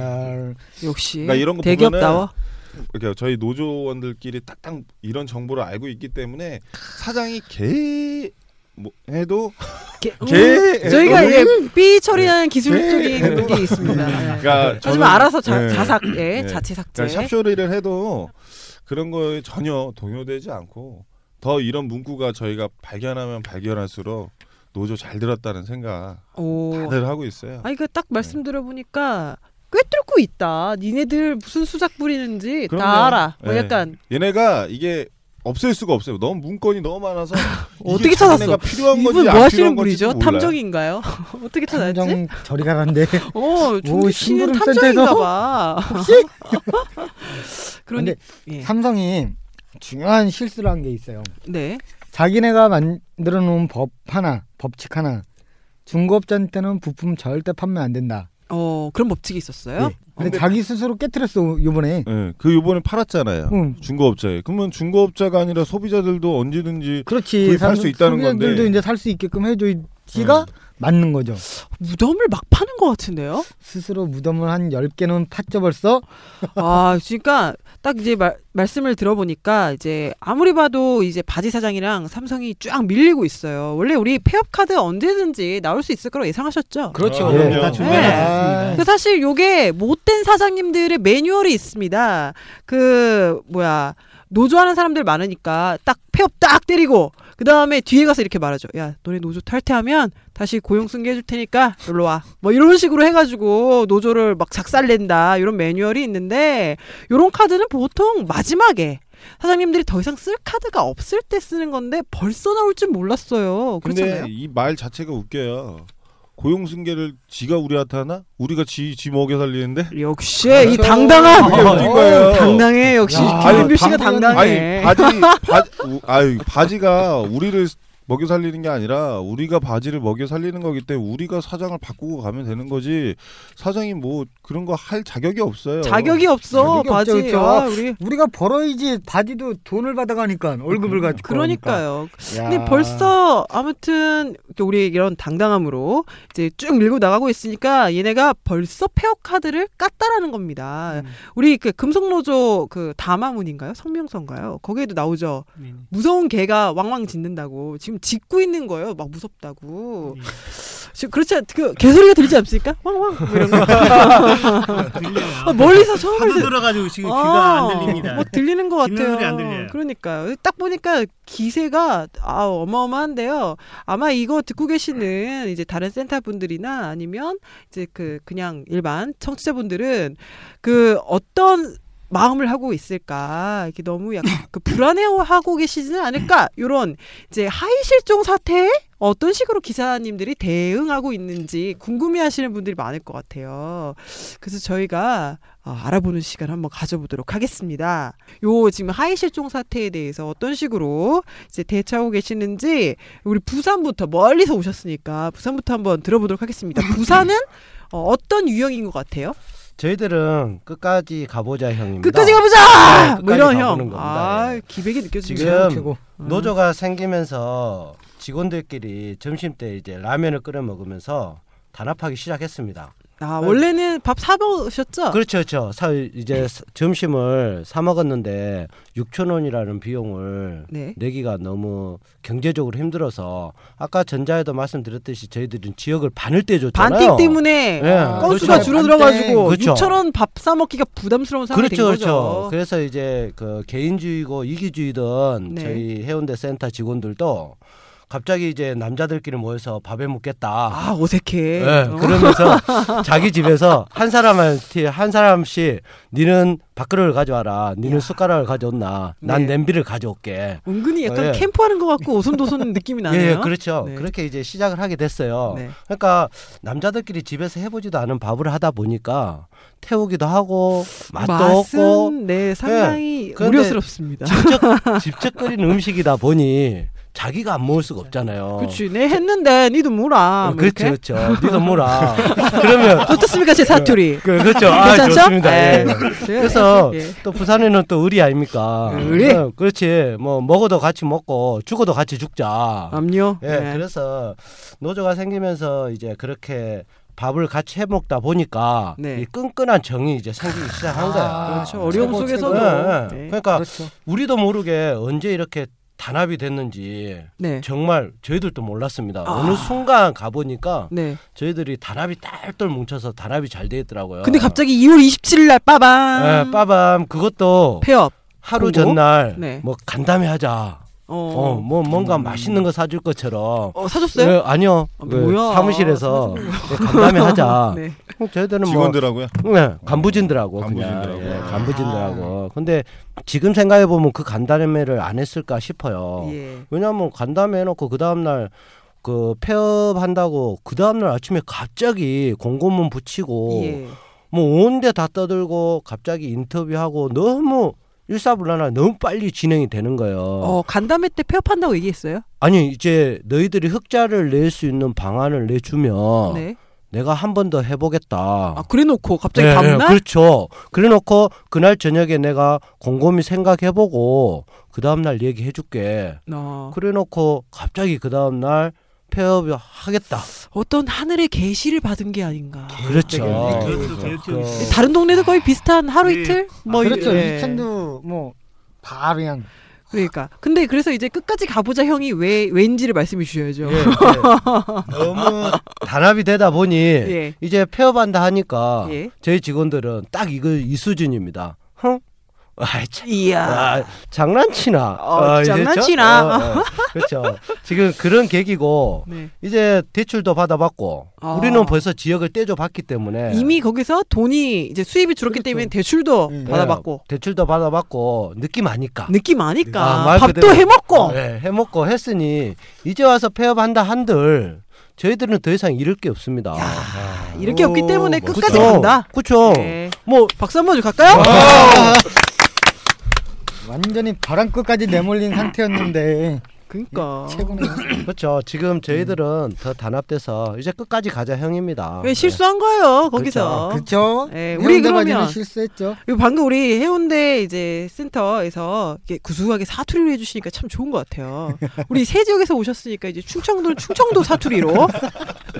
S4: 역시
S7: 그러니까 이런 거
S4: 대기업
S7: 보면은
S4: 나와.
S7: 이렇게 저희 노조원들끼리 딱딱 이런 정보를 알고 있기 때문에 사장이 개 뭐, 해도 개, 해도-
S4: 음. 저희가 이제 삐 처리하는
S7: 개
S4: 기술적인
S7: 해도-
S4: 게 있습니다. 네.
S7: 음. 네. 그러니까
S4: 하지만
S7: 저는-
S4: 알아서 자,
S7: 예.
S4: 삭예
S7: 예.
S4: 자체 삭제.
S7: 그러니까 샵쇼리를 해도 그런 거에 전혀 동요되지 않고 더 이런 문구가 저희가 발견하면 발견할수록 노조 잘 들었다는 생각
S4: 오.
S7: 다들 하고 있어요.
S4: 아니 그 딱 말씀 들어보니까 꽤 뚫고 있다. 니네들 무슨 수작 부리는지
S7: 그럼요.
S4: 다 알아. 뭐
S7: 예.
S4: 약간
S7: 얘네가 이게 없앨 수가 없어요. 너무 문건이 너무 많아서 이게
S4: 어떻게
S7: 자기네가
S4: 찾았어?
S7: 필요한 건지
S4: 이분
S7: 안
S4: 뭐
S7: 필요한
S4: 하시는
S7: 건지도
S4: 분이죠?
S7: 몰라요.
S4: 탐정인가요? 어떻게 찾았지?
S6: 탐정 저리 가란데.
S4: 어,
S6: 오,
S4: 종규 씨는
S6: 심부름 센터에서?
S4: 탐정인가봐.
S6: 혹시?
S4: 아, 그러니
S6: 아,
S4: 예,
S6: 근데 삼성이 중요한 실수를 한 게 있어요.
S4: 네.
S6: 자기네가 만들어 놓은 법 하나, 법칙 하나. 중고업자한테는 부품 절대 판매 안 된다.
S4: 어 그런 법칙이 있었어요?
S6: 예. 근데, 자기 스스로 깨뜨렸어 요번에.
S7: 예, 그 요번에 팔았잖아요.
S6: 응.
S7: 중고업자에. 그러면 중고업자가 아니라 소비자들도 언제든지
S6: 그렇지.
S7: 구입할
S6: 삼-
S7: 수 있다는
S6: 소비자들도
S7: 건데. 예.
S6: 이제 살 수 있게끔 해줘야지가 맞는 거죠.
S4: 무덤을 막 파는 것 같은데요?
S6: 스스로 무덤을 한 10개는 팠죠 벌써?
S4: 아, 그러니까 딱 이제 말, 말씀을 들어보니까 이제 아무리 봐도 이제 바지 사장이랑 삼성이 쫙 밀리고 있어요. 원래 우리 폐업 카드 언제든지 나올 수 있을 거라고 예상하셨죠?
S6: 그렇죠. 아, 예. 그럼요. 다 준비해놨습니다. 아,
S7: 네.
S4: 그 사실 요게 못된 사장님들의 매뉴얼이 있습니다. 그 뭐야 노조하는 사람들 많으니까 딱 폐업 딱 때리고 그 다음에 뒤에 가서 이렇게 말하죠. 야 너네 노조 탈퇴하면 다시 고용 승계해줄 테니까 놀러 와. 뭐 이런 식으로 해가지고 노조를 막 작살낸다 이런 매뉴얼이 있는데 요런 카드는 보통 마지막에. 사장님들이 더 이상 쓸 카드가 없을 때 쓰는 건데 벌써 나올 줄 몰랐어요.
S7: 근데
S4: 그렇잖아요.
S7: 이 말 자체가 웃겨요. 고용승계를 지가 우리한테 하나? 우리가 지, 지 먹여 살리는데?
S4: 역시 이
S6: 그렇죠.
S4: 당당함!
S7: 그게 웃긴 거예요.
S4: 어, 당당해. 역시 김은규 씨가
S7: 방금- 아니,
S4: 당당해.
S7: 바지, 바지, 우, 아유, 바지가 우리를 먹여 살리는 게 아니라 우리가 바지를 먹여 살리는 거기 때문에 우리가 사장을 바꾸고 가면 되는 거지 사장이 뭐 그런 거 할 자격이 없어요.
S6: 자격이 없죠, 그렇죠?
S4: 아,
S6: 우리... 가 벌어야지 바지도 돈을 받아가니까 월급을 가지고.
S4: 음, 그러니까요.
S6: 야.
S4: 근데 벌써 아무튼 이렇게 우리 이런 당당함으로 이제 쭉 밀고 나가고 있으니까 얘네가 벌써 폐업 카드를 깠다라는 겁니다. 우리 그 금속노조 그 다마문인가요? 성명서인가요? 거기에도 나오죠. 무서운 개가 왕왕 짖는다고 지금 짖고 있는 거예요. 막 무섭다고. 지금 그렇지 않, 그 개소리가 들리지 않습니까? 왕왕 뭐 이런 거. 아, 멀리서 처음
S10: 하도 들어가지고 지금 귀가 안 들립니다.
S4: 뭐 들리는 것
S10: 짖는
S4: 같아요.
S10: 소리 안 들려요.
S4: 그러니까요. 딱 보니까 기세가 아 어마어마한데요. 아마 이거 듣고 계시는 이제 다른 센터 분들이나 아니면 이제 그 그냥 일반 청취자분들은 그 어떤 마음을 하고 있을까 이렇게 너무 약간 그 불안해하고 계시지는 않을까 이런 이제 하이 실종 사태에 어떤 식으로 기사님들이 대응하고 있는지 궁금해하시는 분들이 많을 것 같아요. 그래서 저희가 아, 알아보는 시간 한번 가져보도록 하겠습니다. 요 지금 하이 실종 사태에 대해서 어떤 식으로 이제 대처하고 계시는지 우리 부산부터 멀리서 오셨으니까 부산부터 한번 들어보도록 하겠습니다. 부산은 어, 어떤 유형인 것 같아요?
S5: 저희들은 끝까지 가보자 형입니다.
S4: 끝까지 가보자!
S5: 네,
S4: 뭐
S5: 끝까지
S4: 이런
S5: 가보는
S4: 형.
S5: 겁니다. 예.
S4: 아, 기백이 느껴지네요.
S5: 지금
S4: 최고. 음.
S5: 노조가 생기면서 직원들끼리 점심 때 이제 라면을 끓여 먹으면서 단합하기 시작했습니다.
S4: 아, 원래는 밥 사 먹으셨죠?
S5: 네. 그렇죠, 그렇죠. 사, 이제
S4: 네.
S5: 사- 점심을 사 먹었는데 6천 원이라는 비용을
S4: 네.
S5: 내기가 너무 경제적으로 힘들어서 아까 전자에도 말씀드렸듯이 저희들은 지역을 반을 떼줬잖아요.
S4: 반띵 때문에 어,
S5: 예.
S4: 건수가 줄어들어가지고
S5: 그렇죠.
S4: 6천 원 밥 사 먹기가 부담스러운 상황이
S5: 그렇죠,
S4: 된
S5: 그렇죠.
S4: 거죠.
S5: 그래서 이제 그 개인주의고 이기주의던
S4: 네.
S5: 저희 해운대 센터 직원들도 갑자기 이제 남자들끼리 모여서 밥에 묻겠다. 아
S4: 어색해.
S5: 그러면서 자기 집에서 한 사람한테 한 사람씩 니는 밥그릇을 가져와라. 니는 숟가락을 가져온나. 난
S4: 네.
S5: 냄비를 가져올게.
S4: 은근히 약간
S5: 예.
S4: 캠프하는 것 같고 오손도손 느낌이 나네요.
S5: 예, 예, 그렇죠.
S4: 네.
S5: 그렇게 이제 시작을 하게 됐어요.
S4: 네.
S5: 그러니까 남자들끼리 집에서 해보지도 않은 밥을 하다 보니까 태우기도 하고 맛도
S4: 맛은,
S5: 없고 예.
S4: 네, 상당히
S5: 그런데
S4: 우려스럽습니다.
S5: 직접 직접 끓인 음식이다 보니 자기가 안 먹을 수가 없잖아요.
S4: 그치, 내 했는데 니도 뭐라.
S5: 어, 그렇죠, 그렇죠. 니도 뭐라. 그러면
S4: 어떻습니까 제 사투리?
S5: 그, 그렇죠. 아,
S4: 괜찮죠?
S5: 좋습니다. 예.
S4: 네.
S5: 그래서
S4: 예.
S5: 또 부산에는 또 의리 아닙니까?
S4: 의리?
S5: 어, 그렇지. 뭐 먹어도 같이 먹고 죽어도 같이 죽자.
S4: 암요.
S5: 예.
S4: 네.
S5: 그래서 노조가 생기면서 이제 그렇게 밥을 같이 해 먹다 보니까 이 끈끈한 정이 이제 생기기 시작한 거야.
S4: 네. 그렇죠. 어려움 최고, 최고. 속에서도.
S5: 아, 예, 예.
S4: 네.
S5: 그러니까
S4: 그렇죠.
S5: 우리도 모르게 언제 이렇게 단합이 됐는지
S4: 네.
S5: 정말 저희들도 몰랐습니다.
S4: 아.
S5: 어느 순간 가보니까
S4: 네.
S5: 저희들이 단합이 딸똘 뭉쳐서 단합이 잘 돼 있더라고요.
S4: 근데 갑자기 2월 27일 날 빠밤.
S5: 아. 예, 빠밤 그것도
S4: 폐업
S5: 하루
S4: 공고?
S5: 전날
S4: 네.
S5: 뭐 간담회 하자.
S4: 어.
S5: 어, 뭐 뭔가 맛있는 거 사줄 것처럼.
S4: 어, 사줬어요?
S5: 예, 아니요.
S4: 아,
S5: 그
S4: 뭐야.
S5: 사무실에서 예, 간담회 하자.
S4: 네.
S5: 그럼 저희들은
S7: 직원들하고요?
S5: 뭐 네, 간부진들하고 그냥
S7: 간부진들하고.
S5: 예, 간부진들하고.
S4: 아.
S5: 근데 지금 생각해 보면 그 간담회를 안 했을까 싶어요.
S7: 예.
S5: 왜냐하면 간담회 해놓고 그 다음 날. 그 폐업한다고 그 다음날 아침에 갑자기 공고문 붙이고
S7: 예.
S5: 뭐 온데 다 떠들고 갑자기 인터뷰하고 너무 일사불란하게 너무 빨리 진행이 되는 거예요.
S4: 어, 간담회 때 폐업한다고 얘기했어요?
S5: 아니 이제 너희들이 흑자를 낼 수 있는 방안을 내주면
S4: 네.
S5: 내가 한 번 더 해보겠다. 아,
S4: 그래놓고 갑자기 다음날?
S5: 그렇죠. 그래놓고 그날 저녁에 내가 곰곰이 생각해보고 그 다음날 얘기해줄게.
S4: 어.
S5: 그래놓고 갑자기 그 다음날 폐업하겠다.
S4: 어떤 하늘의 계시를 받은 게 아닌가.
S5: 그렇죠.
S4: 예, 네, 다른 동네도 거의 비슷한 하루 이틀? 뭐
S6: 그렇죠.
S4: 이- 예.
S6: 이천도 뭐다 그냥
S4: 그러니까. 근데 그래서 이제 끝까지 가보자 형이 왜 왠지를 말씀해 주셔야죠.
S5: 예, 너무 단합이 되다 보니
S4: 예.
S5: 이제 폐업한다 하니까
S4: 예.
S5: 저희 직원들은 딱 이거 이 수준입니다. 흥? 아이, 참.
S4: 이야.
S5: 아, 장난치나.
S4: 어,
S5: 아, 이제
S4: 장난치나.
S5: 저- 어, 어. 그렇죠. 지금 그런 계기고
S4: 네.
S5: 이제 대출도 받아봤고
S4: 아.
S5: 우리는 벌써 지역을 떼줘봤기 때문에
S4: 이미 거기서 돈이 이제 수입이 줄었기 때문에 대출도
S5: 네,
S4: 받아봤고
S5: 대출도 받아봤고 느낌 아니까
S4: 느낌 아니까
S5: 아, 말
S4: 밥도
S5: 그대로.
S4: 해먹고
S5: 네, 해먹고 했으니 이제 와서 폐업한다 한들 저희들은 더 이상 잃을 게 없습니다.
S4: 이럴 게 없기 때문에 끝까지
S5: 그쵸.
S4: 간다.
S5: 그쵸.
S4: 네.
S5: 뭐
S4: 박수 한번 갈까요? 아.
S6: 완전히 바람 끝까지 내몰린 상태였는데
S4: 그러니까
S6: 예.
S5: 그렇죠. 지금 저희들은 더 단합돼서 이제 끝까지 가자 형입니다.
S4: 왜 실수한 거예요 거기서?
S6: 그렇죠. 그쵸.
S4: 예,
S6: 해운대
S4: 우리
S6: 바지는
S4: 그러면
S6: 실수했죠.
S4: 이거 방금 우리 해운대 이제 센터에서 이렇게 구수하게 사투리로 해주시니까 참 좋은 것 같아요. 우리 새 지역에서 오셨으니까 이제 충청도 충청도 사투리로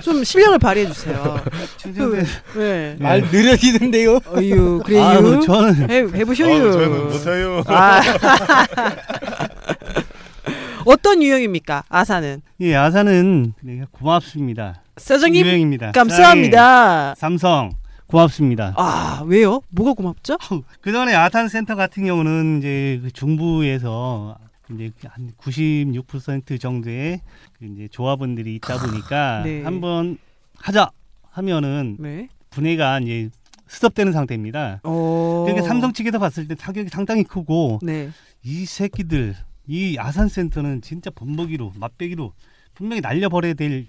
S4: 좀 실력을 발휘해 주세요.
S10: 충청도-
S4: 그, 네.
S6: 말 느려지는데요.
S4: 어유 그래요.
S10: 아유, 저는-
S4: 해, 해보셔요.
S10: 아유, 저는 못해요.
S4: 아. 어떤 유형입니까? 아사는
S8: 예, 아사는 네, 고맙습니다.
S4: 사장님,
S8: 유행입니다. 사장님,
S4: 감사합니다.
S10: 네.
S8: 삼성 고맙습니다.
S4: 아 왜요? 뭐가 고맙죠?
S8: 그 전에 아탄 센터 같은 경우는 이제 그 중부에서 이제 한 96% 정도의 그 이제 조합원들이 있다 보니까
S10: 네.
S8: 한번 하자 하면은
S4: 네.
S8: 분해가 이제 스톱되는 상태입니다. 그러니까 삼성 측에서 봤을 때 타격이 상당히 크고
S4: 어. 네.
S8: 이 새끼들 이 아산 센터는 진짜 본보기로 맛배기로 분명히 날려버려야 될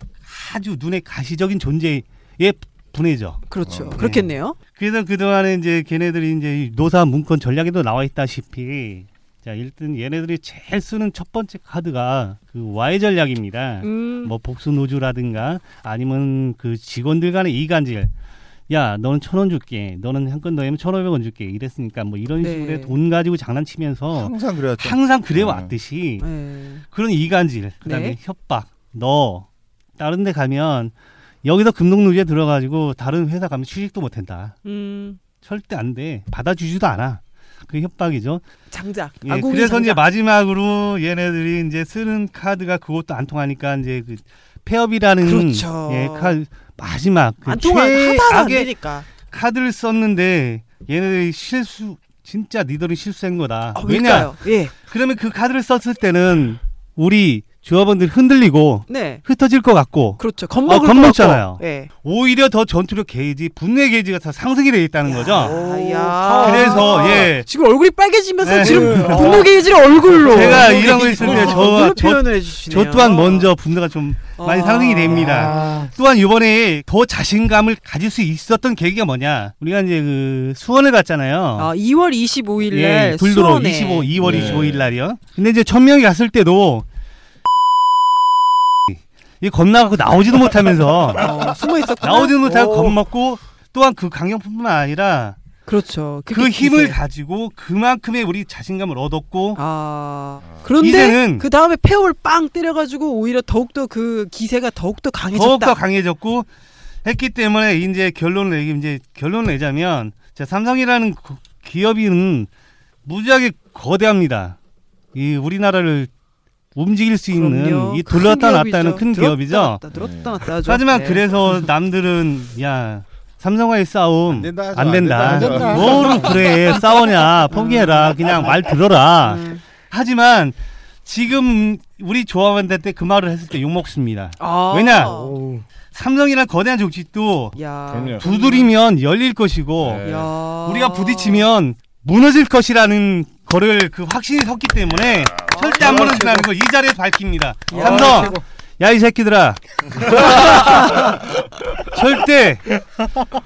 S8: 아주 눈에 가시적인 존재의 분해죠.
S4: 그렇죠.
S10: 어,
S4: 그렇겠네요.
S8: 그래서 그동안에 이제 걔네들이 이제 이 노사 문건 전략에도 나와 있다시피 자 일단 얘네들이 제일 쓰는 첫 번째 카드가 그 Y 전략입니다.
S4: 음.
S8: 뭐 복수 노조라든가 아니면 그 직원들 간의 이간질. 야, 너는 천 원 줄게. 너는 한 건 더 하면 천오백 원 줄게. 이랬으니까 뭐 이런
S4: 네.
S8: 식으로 돈 가지고 장난치면서
S7: 항상 그래왔죠. 네.
S8: 항상 그래 왔듯이 그런 이간질, 그다음에
S4: 네.
S8: 협박. 너 다른 데 가면 여기서 금속노조에 들어가지고 다른 회사 가면 취직도 못 한다.
S4: 음.
S8: 절대 안 돼. 받아주지도 않아. 그게 협박이죠.
S4: 장작.
S8: 예,
S4: 아궁이
S8: 그래서
S4: 장작.
S8: 이제 마지막으로 얘네들이 이제 쓰는 카드가 그것도 안 통하니까 이제 그 폐업이라는
S4: 그렇죠.
S8: 예, 카 마지막 그
S4: 안 통한 하다가 안 되니까.
S8: 카드를 썼는데 얘네들이 실수 진짜 니들이 실수한 거다.
S4: 아,
S8: 왜냐?
S4: 왜일까요? 예.
S8: 그러면 그 카드를 썼을 때는 우리 조합원들 흔들리고
S4: 네.
S8: 흩어질 것 같고
S4: 그렇죠. 겁먹을 것
S8: 겁먹잖아요.
S4: 같고. 예.
S8: 오히려 더 전투력 게이지, 분노의 게이지가 다 상승이 돼 있다는 거죠.
S4: 야.
S8: 그래서 예.
S4: 지금 얼굴이 빨개지면서
S8: 네.
S4: 지금
S8: 네.
S4: 분노 게이지를 얼굴로.
S8: 제가 이런 거 있을 때 저,
S4: 얼굴로
S8: 저, 저
S4: 표현을 해주시네요. 아.
S8: 또한 먼저 분노가 좀 많이 상승이 됩니다. 또한 이번에 더 자신감을 가질 수 있었던 계기가 뭐냐? 우리가 이제 그 수원을 갔잖아요.
S4: 아, 2월 25일 날
S8: 예, 불도로
S4: 수원에
S8: 25, 2월
S4: 네.
S8: 25일 날이요. 근데 이제 천 명이 갔을 때도 이 겁나고 나오지도 못하면서
S4: 숨어 있었고
S8: 나오지도 못하고 겁먹고 또한 그 강령뿐만 아니라
S4: 그렇죠.
S8: 그
S4: 그게
S8: 힘을
S4: 기세.
S8: 가지고 그만큼의 우리 자신감을 얻었고
S4: 아. 그런데
S8: 이제는
S4: 그 다음에 폐업을 빵 때려가지고 오히려 더욱더 그 기세가 더욱더 강해졌다.
S8: 더욱더 강해졌고 했기 때문에 이제 결론을 내기 이제 결론을 내자면 자, 삼성이라는 그 기업은 무지하게 거대합니다. 이 우리나라를 움직일 수 있는
S4: 그럼요.
S8: 이 둘렀다
S4: 큰
S8: 놨다는
S4: 기업이죠.
S8: 큰
S4: 들었다
S8: 기업이죠.
S4: 놨다, 들었다 놨다 하죠.
S8: 하지만
S4: 네.
S8: 그래서 남들은 야 삼성과의 싸움 안 된다,
S4: 안 된다, 안
S6: 아,
S4: 된다.
S8: 뭐로 그래 싸우냐 포기해라 그냥 말 들어라.
S4: 네.
S8: 하지만 지금 우리 조합원한테 그 말을 했을 때 욕먹습니다.
S4: 아.
S8: 왜냐 삼성이란 거대한 조직도
S4: 야.
S8: 두드리면 열릴 것이고 우리가 부딪히면 무너질 것이라는 거를 그 확신이 섰기 때문에 절대 안 아, 무너진다는 걸 이 자리에서 밝힙니다.
S10: 야,
S8: 삼성,
S10: 최고.
S8: 야 이 새끼들아, 절대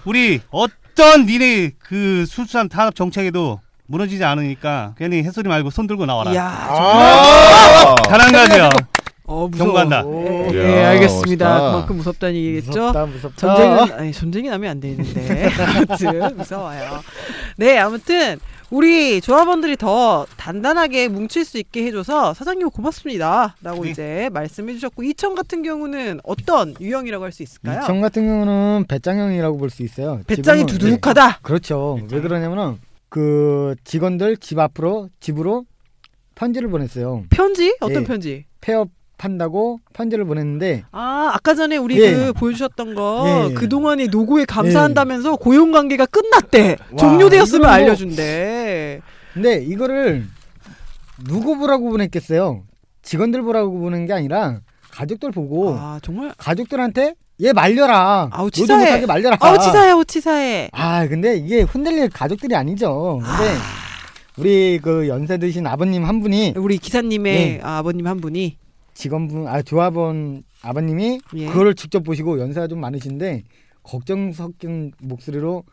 S8: 우리 어떤 니네 그 수수한 탄압 정책에도 무너지지 않으니까 괜히 햇소리 말고 손 들고 나와라.
S4: 야, 정말.
S8: 단한 가지요.
S4: 어, 무서워.
S8: 경고한다.
S4: 예, 예, 알겠습니다. 그만큼 무섭다는 얘기겠죠?
S8: 무섭다, 무섭다.
S6: 어.
S4: 전쟁은, 아니, 전쟁이 나면 안 되는데. 아무튼, 무서워요. 네, 아무튼, 우리 조합원들이 더 단단하게 뭉칠 수 있게 해줘서 사장님 고맙습니다.
S6: 네.
S4: 라고 이제 말씀해 주셨고, 이청 같은 경우는 어떤 유형이라고 할 수 있을까요?
S6: 이청 같은 경우는 배짱형이라고 볼 수 있어요.
S4: 배짱이
S6: 지금은-
S4: 두둑하다?
S6: 네. 그렇죠. 왜 그러냐면은 그 직원들 집 앞으로 집으로 편지를 보냈어요.
S4: 편지? 어떤
S6: 네.
S4: 편지?
S6: 폐업한다고 편지를 보냈는데
S4: 아, 아까 전에 우리
S6: 예.
S4: 그 보여주셨던 거,
S6: 예, 예.
S4: 그동안의 노고에 감사한다면서 고용관계가 끝났대.
S6: 와,
S4: 종료되었으면
S6: 이거는 뭐-
S4: 알려준대.
S6: 근데 이거를 누구 보라고 보냈겠어요? 직원들 보라고 보낸 게 아니라 가족들 보고 가족들한테 얘
S4: 아.
S6: 말려라.
S4: 아우
S6: 노조
S4: 치사해.
S6: 못하게 말려라.
S4: 아우 어, 치사해. 아우 치사해.
S6: 아 근데 이게 흔들릴 가족들이 아니죠. 근데 우리 그 연세 드신 아버님 한 분이
S4: 우리 기사님의 아버님 한 분이
S6: 직원분 아 조합원 아버님이 그거를 직접 보시고 연세가 좀 많으신데 걱정 섞인 목소리로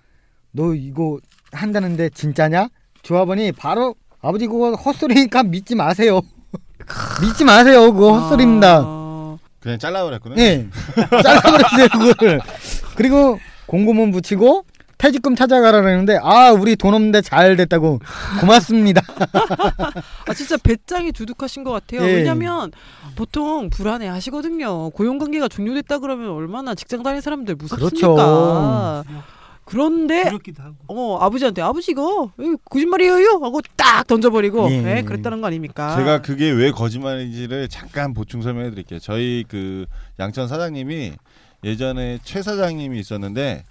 S6: 너 이거 한다는데 진짜냐? 조합원이 바로 아버지 그거 헛소리니까 믿지 마세요. 믿지 마세요. 그거 헛소리입니다.
S4: 아.
S7: 그냥 잘라버렸구나.
S6: 예. 잘라버렸어요, 그거를. 그리고 공고문 붙이고 퇴직금 찾아가라 그러는데 아, 우리 돈 없는데 잘 됐다고. 고맙습니다.
S4: 아 진짜 배짱이 두둑하신 것 같아요.
S6: 예.
S4: 왜냐면 보통 불안해 하시거든요. 고용 관계가 종료됐다 그러면 얼마나 직장 다니는 사람들 무섭습니까?
S6: 그렇죠.
S4: 그런데어 아버지한테 아버지 이거 이거 거짓말이에요 하고 딱 던져버리고
S7: 예.
S4: 예, 그랬다는 거 아닙니까?
S7: 제가 그게 왜 거짓말인지를 잠깐 보충 설명해 드릴게요. 저희 그 양천 사장님이 예전에 최 사장님이 있었는데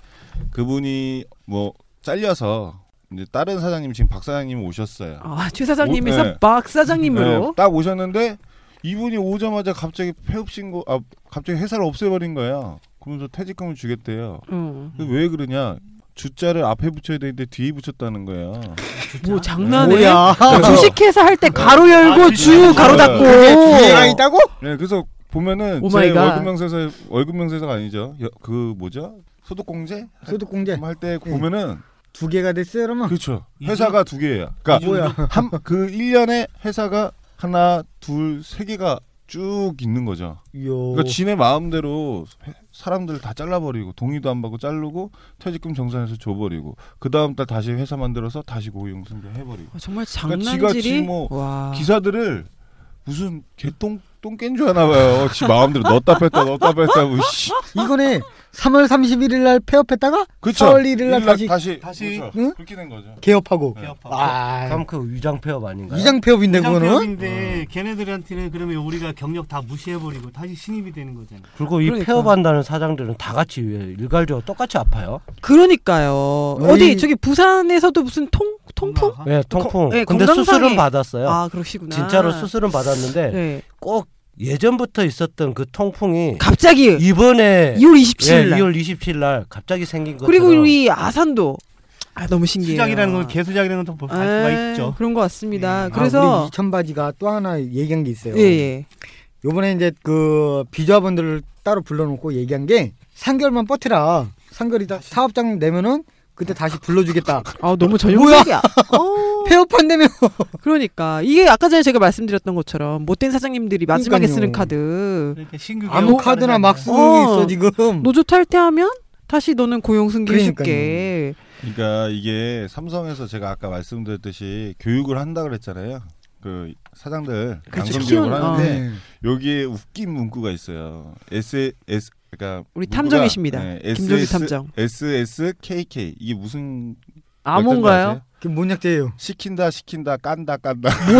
S7: 그분이 뭐 잘려서 이제 다른 사장님 지금 박 사장님 오셨어요.
S4: 아, 최
S7: 오-
S4: 사장님에서
S7: 네.
S4: 박 사장님으로
S7: 네, 딱 오셨는데 이분이 오자마자 갑자기 폐업 신고 아 갑자기 회사를 없애버린 거예요. 그러면서 퇴직금을 주겠대요.
S4: 음.
S7: 근데 왜 그러냐? 주자를 앞에 붙여야 되는데 뒤에 붙였다는 거야.
S4: 뭐 장난해? 주식회사 할 때 가로 열고 아, 주 가로 닫고.
S7: 네, 그래서 보면은
S4: 오
S7: 제
S4: 마이 갓.
S7: 월급 명세서 월급 명세서가 아니죠. 여- 그 뭐죠? 소득공제?
S6: 소득공제
S7: 할 때 보면은
S6: 두 개가 됐어요, 그러면?
S7: 그렇죠. 회사가 두 개예요. 그러니까
S6: 뭐야?
S7: 한, 그 1년에 회사가 하나, 둘, 세 개가 쭉 있는 거죠. 그러니까 지네 마음대로 회- 사람들을 다 잘라버리고 동의도 안 받고 자르고 퇴직금 정산해서 줘버리고 그 다음 달 다시 회사 만들어서 다시 고용 승계해버리고.
S4: 아, 정말
S7: 그러니까 지가
S4: 장난질이?
S7: 지뭐
S4: 와.
S7: 기사들을 무슨 개똥 똥깬 줄 아나 봐요. 지 마음대로 넣었다 뺐다 넣었다 뺐다 뭐 씨.
S6: 이거는 3월 31일 날 폐업했다가
S7: 그쵸.
S6: 4월 1일 날
S7: 그렇죠. 일날
S6: 다시
S7: 다시- 다시 그렇게 된 거죠.
S6: 개업하고.
S5: 아, 그럼 그 위장 폐업 아닌가요?
S6: 위장 네. 폐업인데
S8: 그냥
S6: 그거는.
S8: 배역인데 음. 걔네들한테는 그러면 우리가 경력 다 무시해버리고 다시 신입이 되는 거잖아.
S5: 그리고 이
S7: 그러니까.
S5: 폐업한다는 사장들은 다 같이 왜 일괄적으로 똑같이 아파요.
S4: 그러니까요. 어디 저기 부산에서도 무슨 통 통풍?
S5: 네,
S4: 거-
S5: 통풍.
S4: 네,
S5: 근데
S4: 건강상해.
S5: 수술은 받았어요.
S4: 아 그러시구나.
S5: 진짜로 예. 수술은 받았는데
S4: 네.
S5: 꼭 예전부터 있었던 그 통풍이
S4: 갑자기
S5: 이번에
S4: 2월 27일
S5: 예,
S4: 네. 날.
S5: 2월 27일 날 갑자기 생긴 거
S4: 그리고 예. 우리 아산도 아 너무 신기해요.
S8: 수작이라는 건 개수작이라는 건또 볼 수가
S4: 에이,
S8: 있죠.
S4: 그런 것 같습니다.
S7: 예.
S6: 아,
S4: 그래서
S6: 우리 이천 바지가 또 하나 얘기한 게 있어요.
S4: 예, 예.
S6: 요번에 이제 그 비조합원들을 따로 불러놓고 얘기한 게 3개월만 버티라. 3개월이다 사업장 내면은 그때 다시 불러주겠다.
S4: 아 너무
S6: 뭐야?
S4: 전형적이야. 어.
S6: 폐업한다며.
S4: 그러니까 이게 아까 전에 제가 말씀드렸던 것처럼 못된 사장님들이 마지막에
S6: 그러니까요.
S4: 쓰는 카드.
S6: 아무 카드나 막 쓰고 있어 지금.
S4: 노조 탈퇴하면 다시 너는 고용 승계
S7: 음. 그러니까요.
S4: 쉽게.
S7: 그러니까 이게 삼성에서 제가 아까 말씀드렸듯이 교육을 한다 그랬잖아요. 그 사장들
S4: 그렇죠.
S7: 강성 교육을
S4: 키우는,
S6: 네.
S7: 하는데
S4: 어.
S7: 여기에 웃긴 문구가 있어요. S S 그러니까
S4: 우리
S7: 문구가,
S4: 탐정이십니다. 김종규
S7: SS
S4: 탐정.
S7: S S K K 이게 무슨
S4: 암호인가요?
S6: 그뭔 약재예요?
S7: 시킨다 시킨다 깐다 깐다.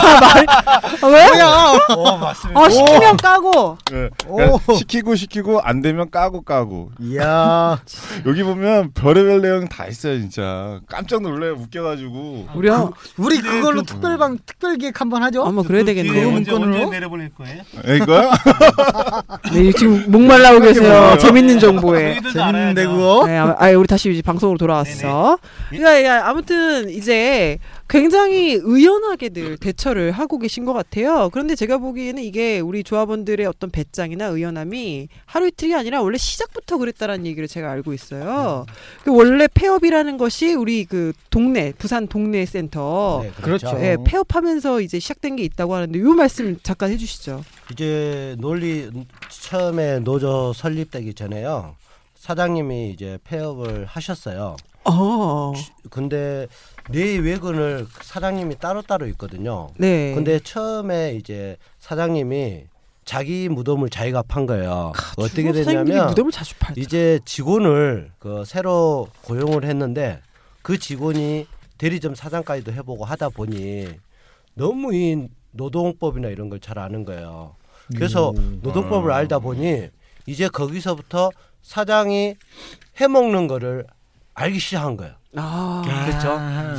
S4: 아, 왜?
S7: 뭐야? 어, 맞습니다.
S4: 아 시키면
S7: 오.
S4: 까고.
S7: 예,
S6: 어.
S7: 그러니까 시키고 시키고 안 되면 까고 까고.
S6: 이야.
S7: 여기 보면 별의별 내용 다 있어요 진짜. 깜짝 놀래 웃겨가지고.
S6: 그, 우리 그걸로 특별방 특별 기획 한번 하죠.
S4: 아마 그래야 되겠네.
S6: 그
S4: 언제-
S6: 문건으로
S8: 내려보낼 거예요?
S7: 예, 이거요?
S4: 네 지금 목말라고 계세요.
S6: 뭐예요?
S4: 재밌는 정보에.
S6: 재밌는데
S7: 어?
S6: 그거.
S4: 네, 아, 아, 우리 다시 이제 방송으로 돌아왔어. 그러니까 야, 아무튼 이제 굉장히 의연하게들 대처를 하고 계신 것 같아요. 그런데 제가 보기에는 이게 우리 조합원들의 어떤 배짱이나 의연함이 하루 이틀이 아니라 원래 시작부터 그랬다라는 얘기를 제가 알고 있어요.
S7: 음.
S4: 그 원래 폐업이라는 것이 우리 그 동네 부산 동네 센터
S5: 네, 그렇죠.
S4: 예, 폐업하면서 이제 시작된 게 있다고 하는데 이 말씀 잠깐 해주시죠.
S5: 이제 논리 처음에 노조 설립되기 전에요. 사장님이 이제 폐업을 하셨어요.
S4: 어.
S5: 근데 내 외근을 사장님이 따로따로 있거든요.
S4: 네.
S5: 근데 처음에 이제 사장님이 자기 무덤을 자기가 판 거예요. 어떻게
S4: 아, 주로 사장님들이
S5: 됐냐면
S4: 무덤을 자주 팔더라.
S5: 이제 직원을 그 새로 고용을 했는데 그 직원이 대리점 사장까지도 해보고 하다 보니 너무 이 노동법이나 이런 걸 잘 아는 거예요. 그래서
S11: 음.
S4: 아.
S5: 노동법을 알다 보니 이제 거기서부터 사장이 해먹는 거를 알기 시작한 거예요.
S4: 아.
S5: 그렇죠.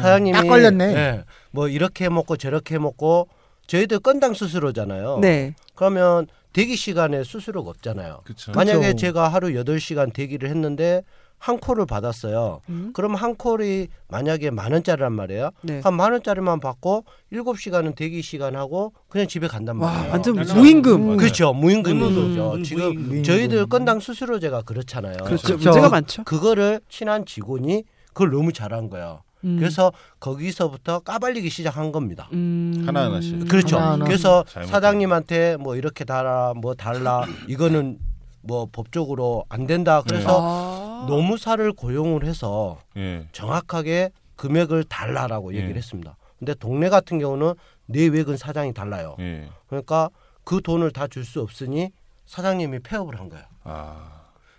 S5: 사장님이
S6: 딱 걸렸네.
S5: 예, 뭐 이렇게 해 먹고 저렇게 해 먹고 저희들 건당 수수료잖아요.
S4: 네.
S5: 그러면 대기 시간에 수수료가 없잖아요.
S7: 그쵸.
S5: 만약에
S4: 그렇죠.
S7: 그쵸.
S5: 제가 하루 8시간 대기를 했는데 한 콜을 받았어요. 그럼 한 콜이 만약에 만 원짜리란 말이에요.
S4: 음? 네.
S5: 한 만 원짜리만 받고 7시간은 대기 시간하고 그냥 집에 간단
S4: 와,
S5: 말이에요.
S4: 완전 아, 무임금.
S5: 그렇죠. 무임금인
S4: 음,
S5: 거죠.
S4: 음,
S5: 지금
S4: 무임금.
S5: 저희들 건당 수수료제가 그렇잖아요.
S4: 그렇죠. 그렇죠. 문제가 많죠.
S5: 그거를 친한 직원이 그걸 너무 잘한 거예요.
S4: 음.
S5: 그래서 거기서부터 까발리기 시작한 겁니다.
S4: 음.
S7: 하나하나씩.
S5: 그렇죠.
S7: 하나하나.
S5: 그래서
S7: 잘못된
S5: 사장님한테 뭐 이렇게 달라, 뭐 달라, 이거는 뭐 법적으로 안 된다. 그래서
S4: 아.
S5: 노무사를 고용을 해서
S7: 예.
S5: 정확하게 금액을 달라라고 얘기를
S7: 예.
S5: 했습니다. 근데 동네 같은 경우는 네 내외근 사장이 달라요.
S7: 예.
S5: 그러니까 그 돈을 다 줄 수 없으니 사장님이 폐업을 한 거예요.
S7: 아.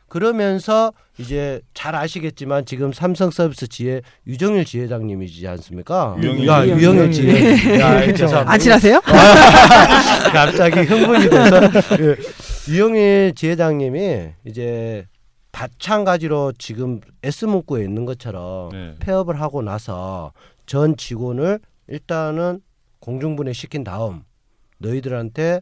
S5: 그러면서 이제 잘 아시겠지만 지금 삼성 서비스 지회 유정일 지회장님이지 않습니까?
S7: 유영일.
S5: 야,
S7: 유영일.
S5: 유영일 지회.
S7: 그렇죠.
S4: 안 친하세요?
S5: 갑자기 흥분이 돼서 예. 유영일 지회장님이 이제 마찬가지로 지금 S 문구에 있는 것처럼
S7: 네.
S5: 폐업을 하고 나서 전 직원을 일단은 공중분해 시킨 다음 너희들한테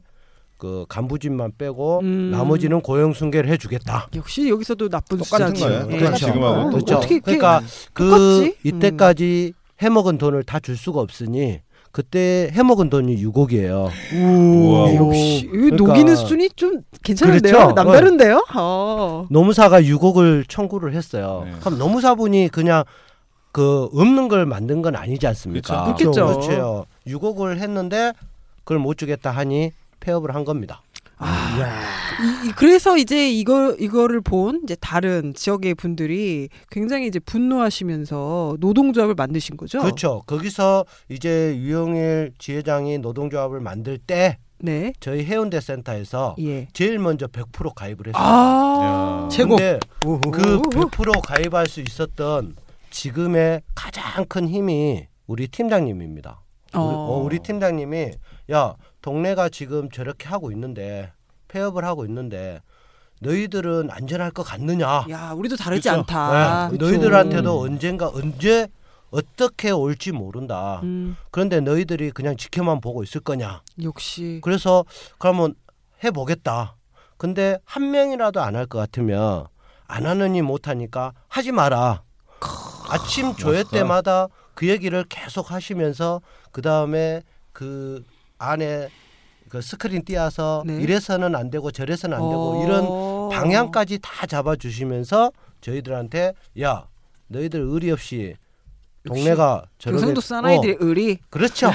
S5: 그 간부진만 빼고
S4: 음.
S5: 나머지는 고용 승계를 해주겠다.
S4: 역시 여기서도 나쁜
S5: 똑같은
S4: 숫자지.
S5: 거예요.
S4: 예.
S5: 그렇죠.
S4: 어,
S5: 그렇죠.
S4: 어떻게 이렇게
S5: 그러니까 그
S4: 똑같지? 음.
S5: 이때까지 해먹은 돈을 다 줄 수가 없으니 그때 해먹은 돈이 6억이에요.
S4: 우와. 역시 이 녹이는 수준이 좀 괜찮은데요?
S5: 그러니까. 그렇죠.
S4: 남다른데요? 어.
S5: 노무사가 6억을 청구를 했어요.
S4: 네.
S5: 그럼 노무사분이 그냥 그 없는 걸 만든 건 아니지 않습니까?
S4: 그렇죠. 그렇겠죠.
S5: 그렇죠. 6억을 했는데 그걸 못 주겠다 하니 폐업을 한 겁니다.
S4: 이- 이- 그래서 이제 이거 이거를 본 이제 다른 지역의 분들이 굉장히 이제 분노하시면서 노동조합을 만드신 거죠.
S5: 그렇죠. 거기서 이제 유영일 지회장이 노동조합을 만들 때
S4: 네.
S5: 저희 해운대 센터에서
S4: 예.
S5: 제일 먼저 100% 가입을 했어요.
S4: 아, 최고.
S5: 그 100% 가입할 수 있었던 지금의 가장 큰 힘이 우리 팀장님입니다. 우리,
S4: 어.
S5: 어, 우리 팀장님이 야 동네가 지금 저렇게 하고 있는데 폐업을 하고 있는데 너희들은 안전할 것 같느냐?
S4: 야, 우리도 다르지 않다. 그렇죠.
S5: 네,
S4: 그쵸. 음.
S5: 너희들한테도 언젠가 언제 어떻게 올지 모른다.
S4: 음.
S5: 그런데 너희들이 그냥 지켜만 보고 있을 거냐?
S4: 역시
S5: 그래서 그러면 해보겠다. 근데 한 명이라도 안 할 것 같으면 안 하느니 못하니까 하지 마라. 아침 조회
S11: 멋있다.
S5: 때마다 그 얘기를 계속 하시면서 그 다음에 그 안에 그 스크린 띄어서
S11: 네.
S5: 이래서는 안 되고 저래서는 안 되고
S11: 어.
S5: 이런 방향까지 다 잡아주시면서 저희들한테 야 너희들 의리 없이 동네가 저렇게 어,
S4: 경상도 사나이들의 의리.
S5: 그렇죠.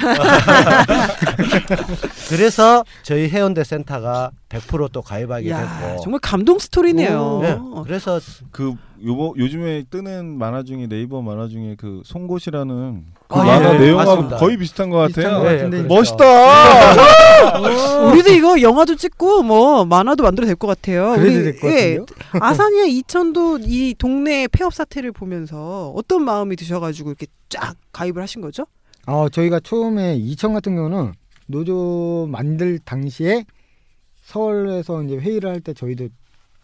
S5: 그래서 저희 해운대 센터가 100%또 가입하게
S4: 야,
S5: 됐고
S4: 정말 감동 스토리네요. 어,
S5: 그래서
S7: 그 요거 요즘에 뜨는 만화 중에 네이버 만화 중에 그 송곳이라는 그
S5: 아,
S7: 만화
S5: 예,
S7: 내용하고
S5: 맞습니다. 그렇죠.
S7: 거의 비슷한 것
S5: 비슷한
S7: 같아요.
S5: 것 같은데.
S7: 네, 멋있다.
S4: 우리도 이거 영화도 찍고 뭐 만화도 만들어 될 것 같아요. 예,
S6: 그래도 될것 같은데요?
S4: 아산이나 이천도 이 동네 폐업 사태를 보면서 어떤 마음이 드셔가지고 이렇게 쫙 가입을 하신 거죠?
S6: 어, 저희가 처음에 이천 같은 경우는 노조 만들 당시에 서울에서 이제 회의를 할 때 저희도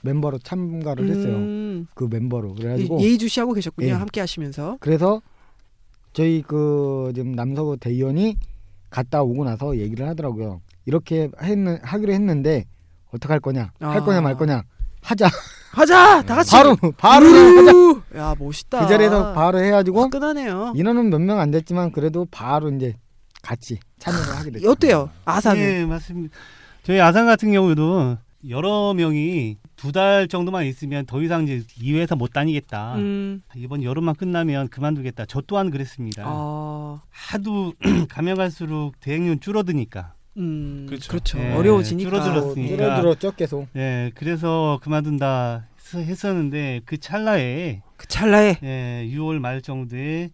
S6: 멤버로 참가를 했어요.
S4: 음.
S6: 그 멤버로 그래가지고
S4: 예- 예의주시하고 계셨군요.
S6: 예.
S4: 함께 하시면서.
S6: 그래서 저희 그 지금 남서부 대의원이 갔다 오고 나서 얘기를 하더라고요. 이렇게 했는 하기로 했는데 어떻게 할 거냐? 할
S4: 아.
S6: 거냐 말 거냐? 하자.
S4: 하자 다 같이
S6: 바로 바로
S4: 우! 야 멋있다.
S6: 그 자리에서 바로
S4: 아,
S6: 해가지고
S4: 끈하네요.
S6: 인원은 몇 명 안 됐지만 그래도 바로 이제 같이 참여를 하게 됐죠.
S4: 어때요? 아산은?
S8: 예, 맞습니다. 저희 아산 같은 경우도 여러 명이 두 달 정도만 있으면 더 이상 이제 이 회사 못 다니겠다.
S4: 음.
S8: 아, 이번 여름만 끝나면 그만두겠다. 저 또한 그랬습니다.
S4: 아.
S8: 하도 가면 갈수록 대행료는 줄어드니까.
S4: 음,
S8: 그렇죠.
S4: 예, 어려워지니까.
S8: 줄어들었으니까.
S6: 줄어들었죠, 계속.
S8: 예, 그래서 그만둔다 했- 했었는데 그 찰나에
S4: 그 찰나에
S8: 예, 6월 말 정도에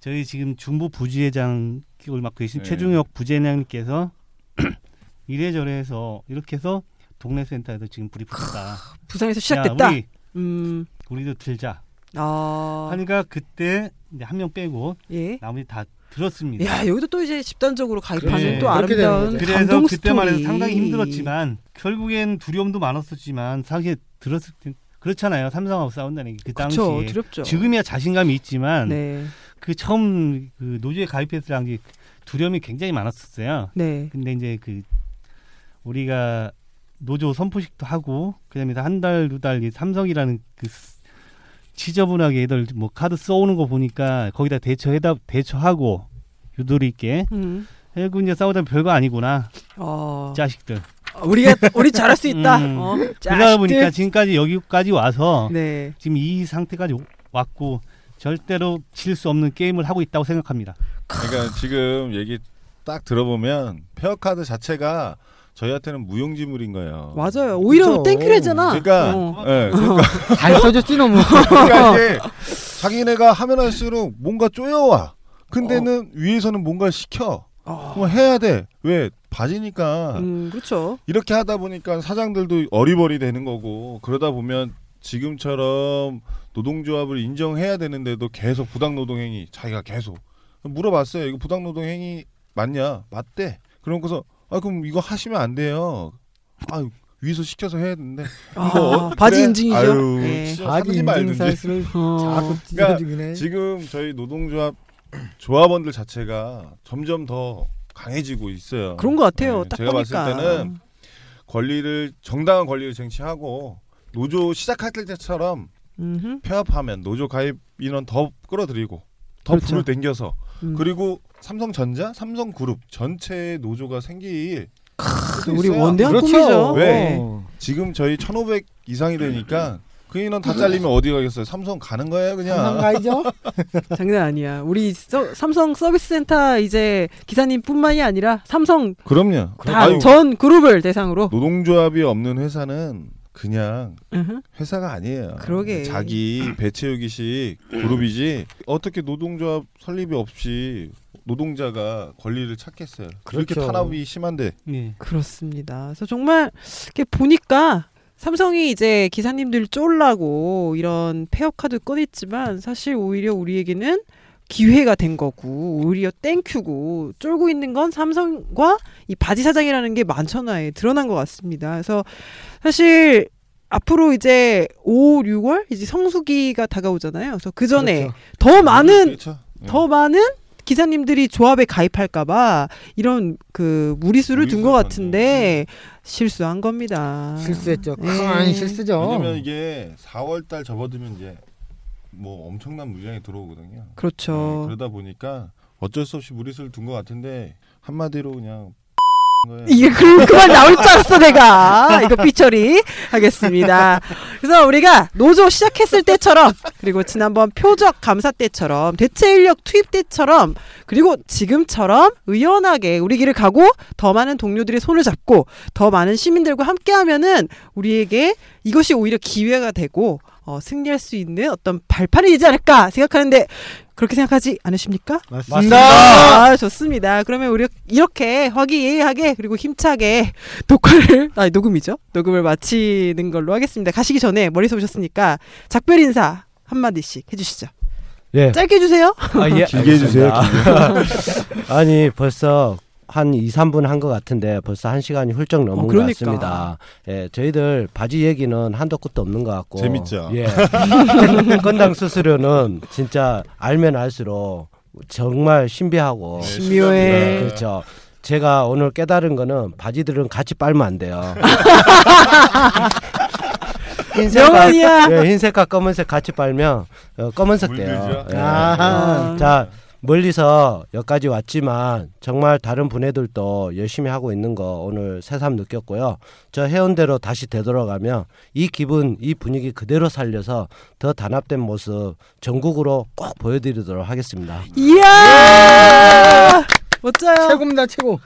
S8: 저희 지금 중부 부지회장 기을 맡고 계신 최중혁 부재장님께서 이래저래 해서 이렇게 해서 동네 센터에서 지금 불이 붙었다.
S4: 부산에서
S8: 야,
S4: 시작됐다.
S8: 우리
S4: 음.
S8: 우리도 들자.
S4: 아.
S8: 하니까 그때 한 명 빼고
S4: 예.
S8: 나머지 다 들었습니다.
S4: 야 여기도 또 이제 집단적으로 가입하는
S8: 예.
S4: 또 아름다운
S8: 그래서
S4: 감동
S8: 그때만 해도
S4: 스토리.
S8: 상당히 힘들었지만 결국엔 두려움도 많았었지만 사실 들었을 땐 그렇잖아요. 삼성하고 싸운다는 게 그 당시에
S4: 그쵸, 두렵죠.
S8: 지금이야 자신감이 있지만
S4: 네.
S8: 그 처음 그 노조에 가입했을 당시 두려움이 굉장히 많았었어요.
S4: 네.
S8: 근데 이제 그 우리가 노조 선포식도 하고 그다음에 한달두달 이 삼성이라는 그 스- 지저분하게 애들 뭐 카드 써오는 거 보니까 거기다 대처해다 대처하고 유도리 있게
S4: 음.
S8: 해고 이제 싸우다 별거 아니구나.
S4: 어.
S8: 자식들. 그 음.
S4: 아, 우리가 우리 잘할 수 있다. 어,
S8: 그러다 보니까
S4: 자식들.
S8: 지금까지 여기까지 와서
S4: 네.
S8: 지금 이 상태까지 오- 왔고 절대로 질 수 없는 게임을 하고 있다고 생각합니다.
S7: 그러니까 지금 얘기 딱 들어보면 페어카드 자체가 저희한테는 무용지물인
S8: 어.
S7: 거예요.
S4: 맞아요. 오히려
S7: 그쵸.
S4: 땡큐래잖아.
S7: 그렇죠. 그러니까,
S4: 어.
S7: 예, 그러니까
S6: 잘 써줬지 너무.
S7: 그러니까 이게 자기네가 하면 할수록 뭔가 쪼여와. 근데는 위에서는 뭔가 시켜. 뭐 해야 돼. 왜 바지니까.
S4: 음, 그렇죠.
S7: 이렇게 하다 보니까 사장들도 어리버리 되는 거고 그러다 보면 지금처럼 노동조합을 인정해야 되는데도 계속 부당노동행위 자기가 계속 물어봤어요. 이거 부당노동행위 맞냐? 맞대. 그러고서 아 그럼 이거 하시면 안 돼요. 아 위에서 시켜서 해야 되는데
S4: 아,
S7: 이거 어-
S4: 바지
S7: 그래?
S4: 인증이죠. 어.
S7: 아유,
S4: 예.
S7: 진짜
S4: 바지
S7: 사든지
S4: 인증
S7: 말든지. 그러니까
S4: 사실을 자꾸
S6: 찢어지긴
S4: 네.
S6: 해.
S7: 지금 저희 노동조합 조합원들 자체가 점점 더 강해지고 있어요. 네,
S4: 그런 것 같아요. 딱
S7: 제가
S4: 보니까.
S7: 봤을 때는 권리를 정당한 권리를 쟁취하고 노조 시작할 때처럼
S4: 음흠.
S7: 폐업하면 노조 가입 인원 더 끌어들이고 더
S4: 그렇죠.
S7: 불을 당겨서
S4: 음.
S7: 그리고 삼성전자, 삼성그룹 전체 노조가 생길 수도
S4: 우리
S7: 있어요.
S4: 원대한 그렇죠. 꿈이죠.
S7: 왜
S4: 어.
S7: 지금 저희 1,500 이상이 되니까 그 인원 다 잘리면 어디 가겠어요? 삼성 가는 거예요 그냥.
S4: 네. 장난 아니야. 우리 서- 삼성 서비스 센터 이제 기사님뿐만이 아니라 삼성
S7: 그럼요. 아유,
S4: 다 전 그룹을 대상으로.
S7: 노동조합이 없는 회사는 그냥
S4: 으흠.
S7: 회사가 아니에요.
S4: 그러게.
S7: 자기 배채우기식 그룹이지 어떻게 노동조합 설립이 없이 노동자가 권리를 찾겠어요. 그렇게
S4: 그렇죠.
S7: 탄압이 심한데.
S4: 예. 그렇습니다. 그래서 정말 이렇게 보니까 삼성이 이제 기사님들 쫄라고 이런 폐업 카드 꺼냈지만 사실 오히려 우리에게는 기회가 된 거고 오히려 땡큐고 쫄고 있는 건 삼성과 이 바지 사장이라는 게 만천하에 드러난 것 같습니다. 그래서 사실 앞으로 이제 5, 6월 이제 성수기가 다가오잖아요. 그래서 그 전에
S7: 그렇죠.
S4: 더 많은
S7: 예.
S4: 더 많은 기사님들이 조합에 가입할까봐 이런 그 무리수를 둔 음. 것 같은데 실수한 겁니다.
S6: 실수했죠.
S4: 예.
S6: 큰 실수죠.
S7: 왜냐면 이게 4월달 접어들면 이제 뭐 엄청난 물량이 들어오거든요.
S4: 그렇죠.
S7: 네, 그러다 보니까 어쩔 수 없이 무리수를 둔 것 같은데 한마디로 그냥 거예요.
S4: 이게 그, 그만 나올 줄 알았어 내가 이거 삐처리 하겠습니다. 그래서 우리가 노조 시작했을 때처럼 그리고 지난번 표적 감사 때처럼 대체 인력 투입 때처럼 그리고 지금처럼 의연하게 우리 길을 가고 더 많은 동료들의 손을 잡고 더 많은 시민들과 함께하면은 우리에게 이것이 오히려 기회가 되고 어, 승리할 수 있는 어떤 발판이 되지 않을까 생각하는데 그렇게 생각하지 않으십니까?
S6: 맞습니다.
S4: 아, 좋습니다. 그러면 우리 이렇게 화기애애하게 그리고 힘차게 녹화를 아니 녹음이죠. 녹음을 마치는 걸로 하겠습니다. 가시기 전에 머리 쏘셨으니까 작별 인사 한 마디씩 해 주시죠.
S6: 네.
S5: 예.
S4: 짧게 해 주세요.
S5: 아, 예,
S7: 길게 해주세요,
S5: 알겠습니다. 아니 벌써 한 2, 3분 한 것 같은데 벌써 한 시간이 훌쩍 넘은
S4: 어, 그러니까.
S5: 것 같습니다. 예, 저희들 바지 얘기는 한도 끝도 없는 것 같고
S7: 재밌죠?
S5: 예, 건당 수수료는 진짜 알면 알수록 정말 신비하고
S4: 네, 신묘해.
S5: 예, 그렇죠. 제가 오늘 깨달은 거는 바지들은 같이 빨면 안 돼요. 흰색과-
S4: 영원이야.
S5: 예, 흰색과 검은색 같이 빨면 어, 검은색 돼요.
S6: 물들죠. 아하.
S5: 자 멀리서 여기까지 왔지만 정말 다른 분애들도 열심히 하고 있는 거 오늘 새삼 느꼈고요. 저 해운대로 다시 되돌아가면 이 기분, 이 분위기 그대로 살려서 더 단합된 모습 전국으로 꼭 보여드리도록 하겠습니다.
S4: 이야! 멋져요.
S6: 예! 최고입니다, 최고.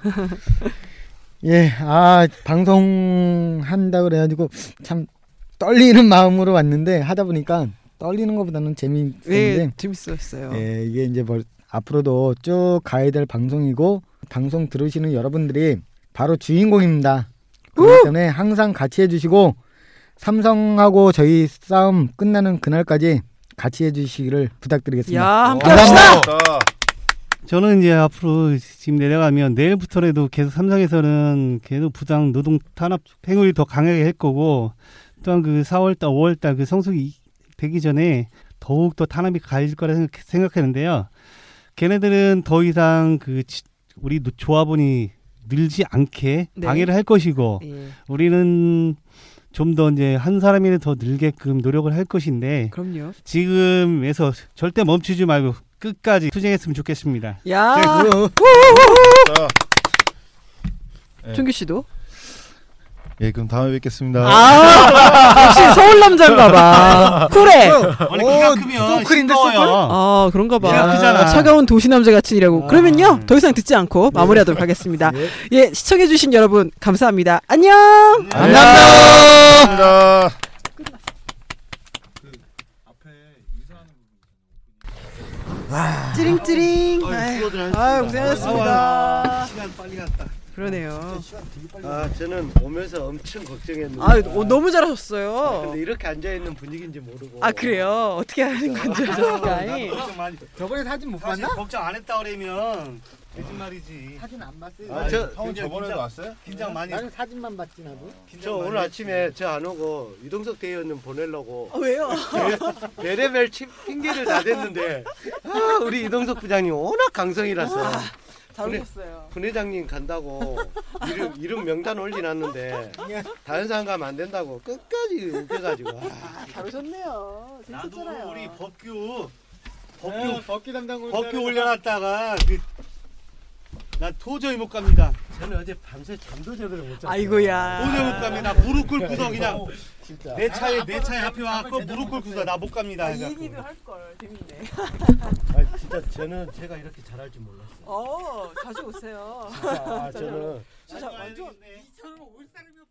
S6: 예, 아 방송 한다 그래가지고 참 떨리는 마음으로 왔는데 하다 보니까 떨리는 것보다는 재미있는데
S4: 네, 재밌었어요.
S6: 예, 이게 이제 벌, 앞으로도 쭉 가야 될 방송이고 방송 들으시는 여러분들이 바로 주인공입니다. 그렇기 때문에 항상 같이 해주시고 삼성하고 저희 싸움 끝나는 그날까지 같이 해주시기를 부탁드리겠습니다. 어,
S4: 야, 함께
S8: 저는 이제 앞으로 지금 내려가면 내일부터라도 계속 삼성에서는 계속 부당 노동 탄압 행위를 더 강하게 할 거고 또한 그 4월달, 5월달 그 성수기 되기 전에 더욱 더 탄압이 가해질 거라 생각, 생각하는데요. 걔네들은 더 이상 그 지- 우리 노- 조합원이 늘지 않게
S4: 네.
S8: 방해를 할 것이고
S4: 예.
S8: 우리는 좀 더 이제 한 사람이라도 더 늘게끔 노력을 할 것인데
S4: 그럼요.
S8: 지금에서 절대 멈추지 말고 끝까지 투쟁했으면 좋겠습니다.
S4: 야.
S8: 네, 그-
S7: 예.
S4: 종규 씨도
S7: 예, 그럼 다음에 뵙겠습니다.
S4: 아, 역시 서울 남자인가 봐. 쿨해.
S8: 원래 키가 크면
S6: 소클인데,
S8: 시끄러워요.
S4: 아 그런가 봐.
S8: 키가 크잖아.
S4: 차가운 도시 남자 같은 이라고. 그러면요 더 이상 듣지 않고 마무리하도록 하겠습니다. 예 시청해주신 여러분 감사합니다. 안녕.
S7: 감사합니다.
S4: 찌링찌링.
S10: 아유, 수고들
S4: 아
S10: 하셨습니다.
S4: 고생하셨습니다.
S10: 아유, 시간 빨리
S4: 갔다. 그러네요.
S5: 아 저는 오면서 엄청 걱정했는데.
S4: 아 어, 너무 잘하셨어요.
S5: 이렇게 앉아 있는 분위기인지 모르고.
S4: 아 그래요. 어떻게 하는 건지 아셨을까요?
S6: 저번에 사진 못
S8: 봤나? 걱정 안 했다 그러면 거짓말이지.
S6: 사진 안 봤어요.
S5: 아, 저- 형은 저번에도 왔어요?
S8: 긴장 많이.
S6: 나는 사진만 봤지 나도.
S5: 저 오늘 아침에 저 안 오고 이동석 대의원님 보내려고
S4: 아, 왜요?
S5: 베레벨 치- 핑계를 다 댔는데 아, 우리 이동석 부장님 워낙 강성이라서
S4: 잘 오셨어요.
S5: 부회장님 간다고 이름, 이름 명단 올려놨는데 다른 사람 가면 안 된다고 끝까지 웃겨가지고 아,
S4: 잘 오셨네요.
S8: 나도 우리 법규 법규
S5: 아,
S6: 법규 담당
S8: 법규 올려놨다가 그, 나 도저히 못 갑니다.
S5: 저는 어제 밤새 잠도 제대로 못
S4: 아이고야.
S8: 도저히 못 갑니다. 무릎 꿇고서 그냥
S5: 진짜. 아,
S8: 내 차에 내 차에 앞에 와갖고 무릎 꿇고서 나 못 갑니다. 해갖고.
S4: 아, 할걸 재밌네.
S5: 아, 진짜 저는 제가 이렇게 잘할 줄 몰랐어요
S4: 어 자주 오세요.
S5: 진짜, 아, 저는
S4: 진짜 완전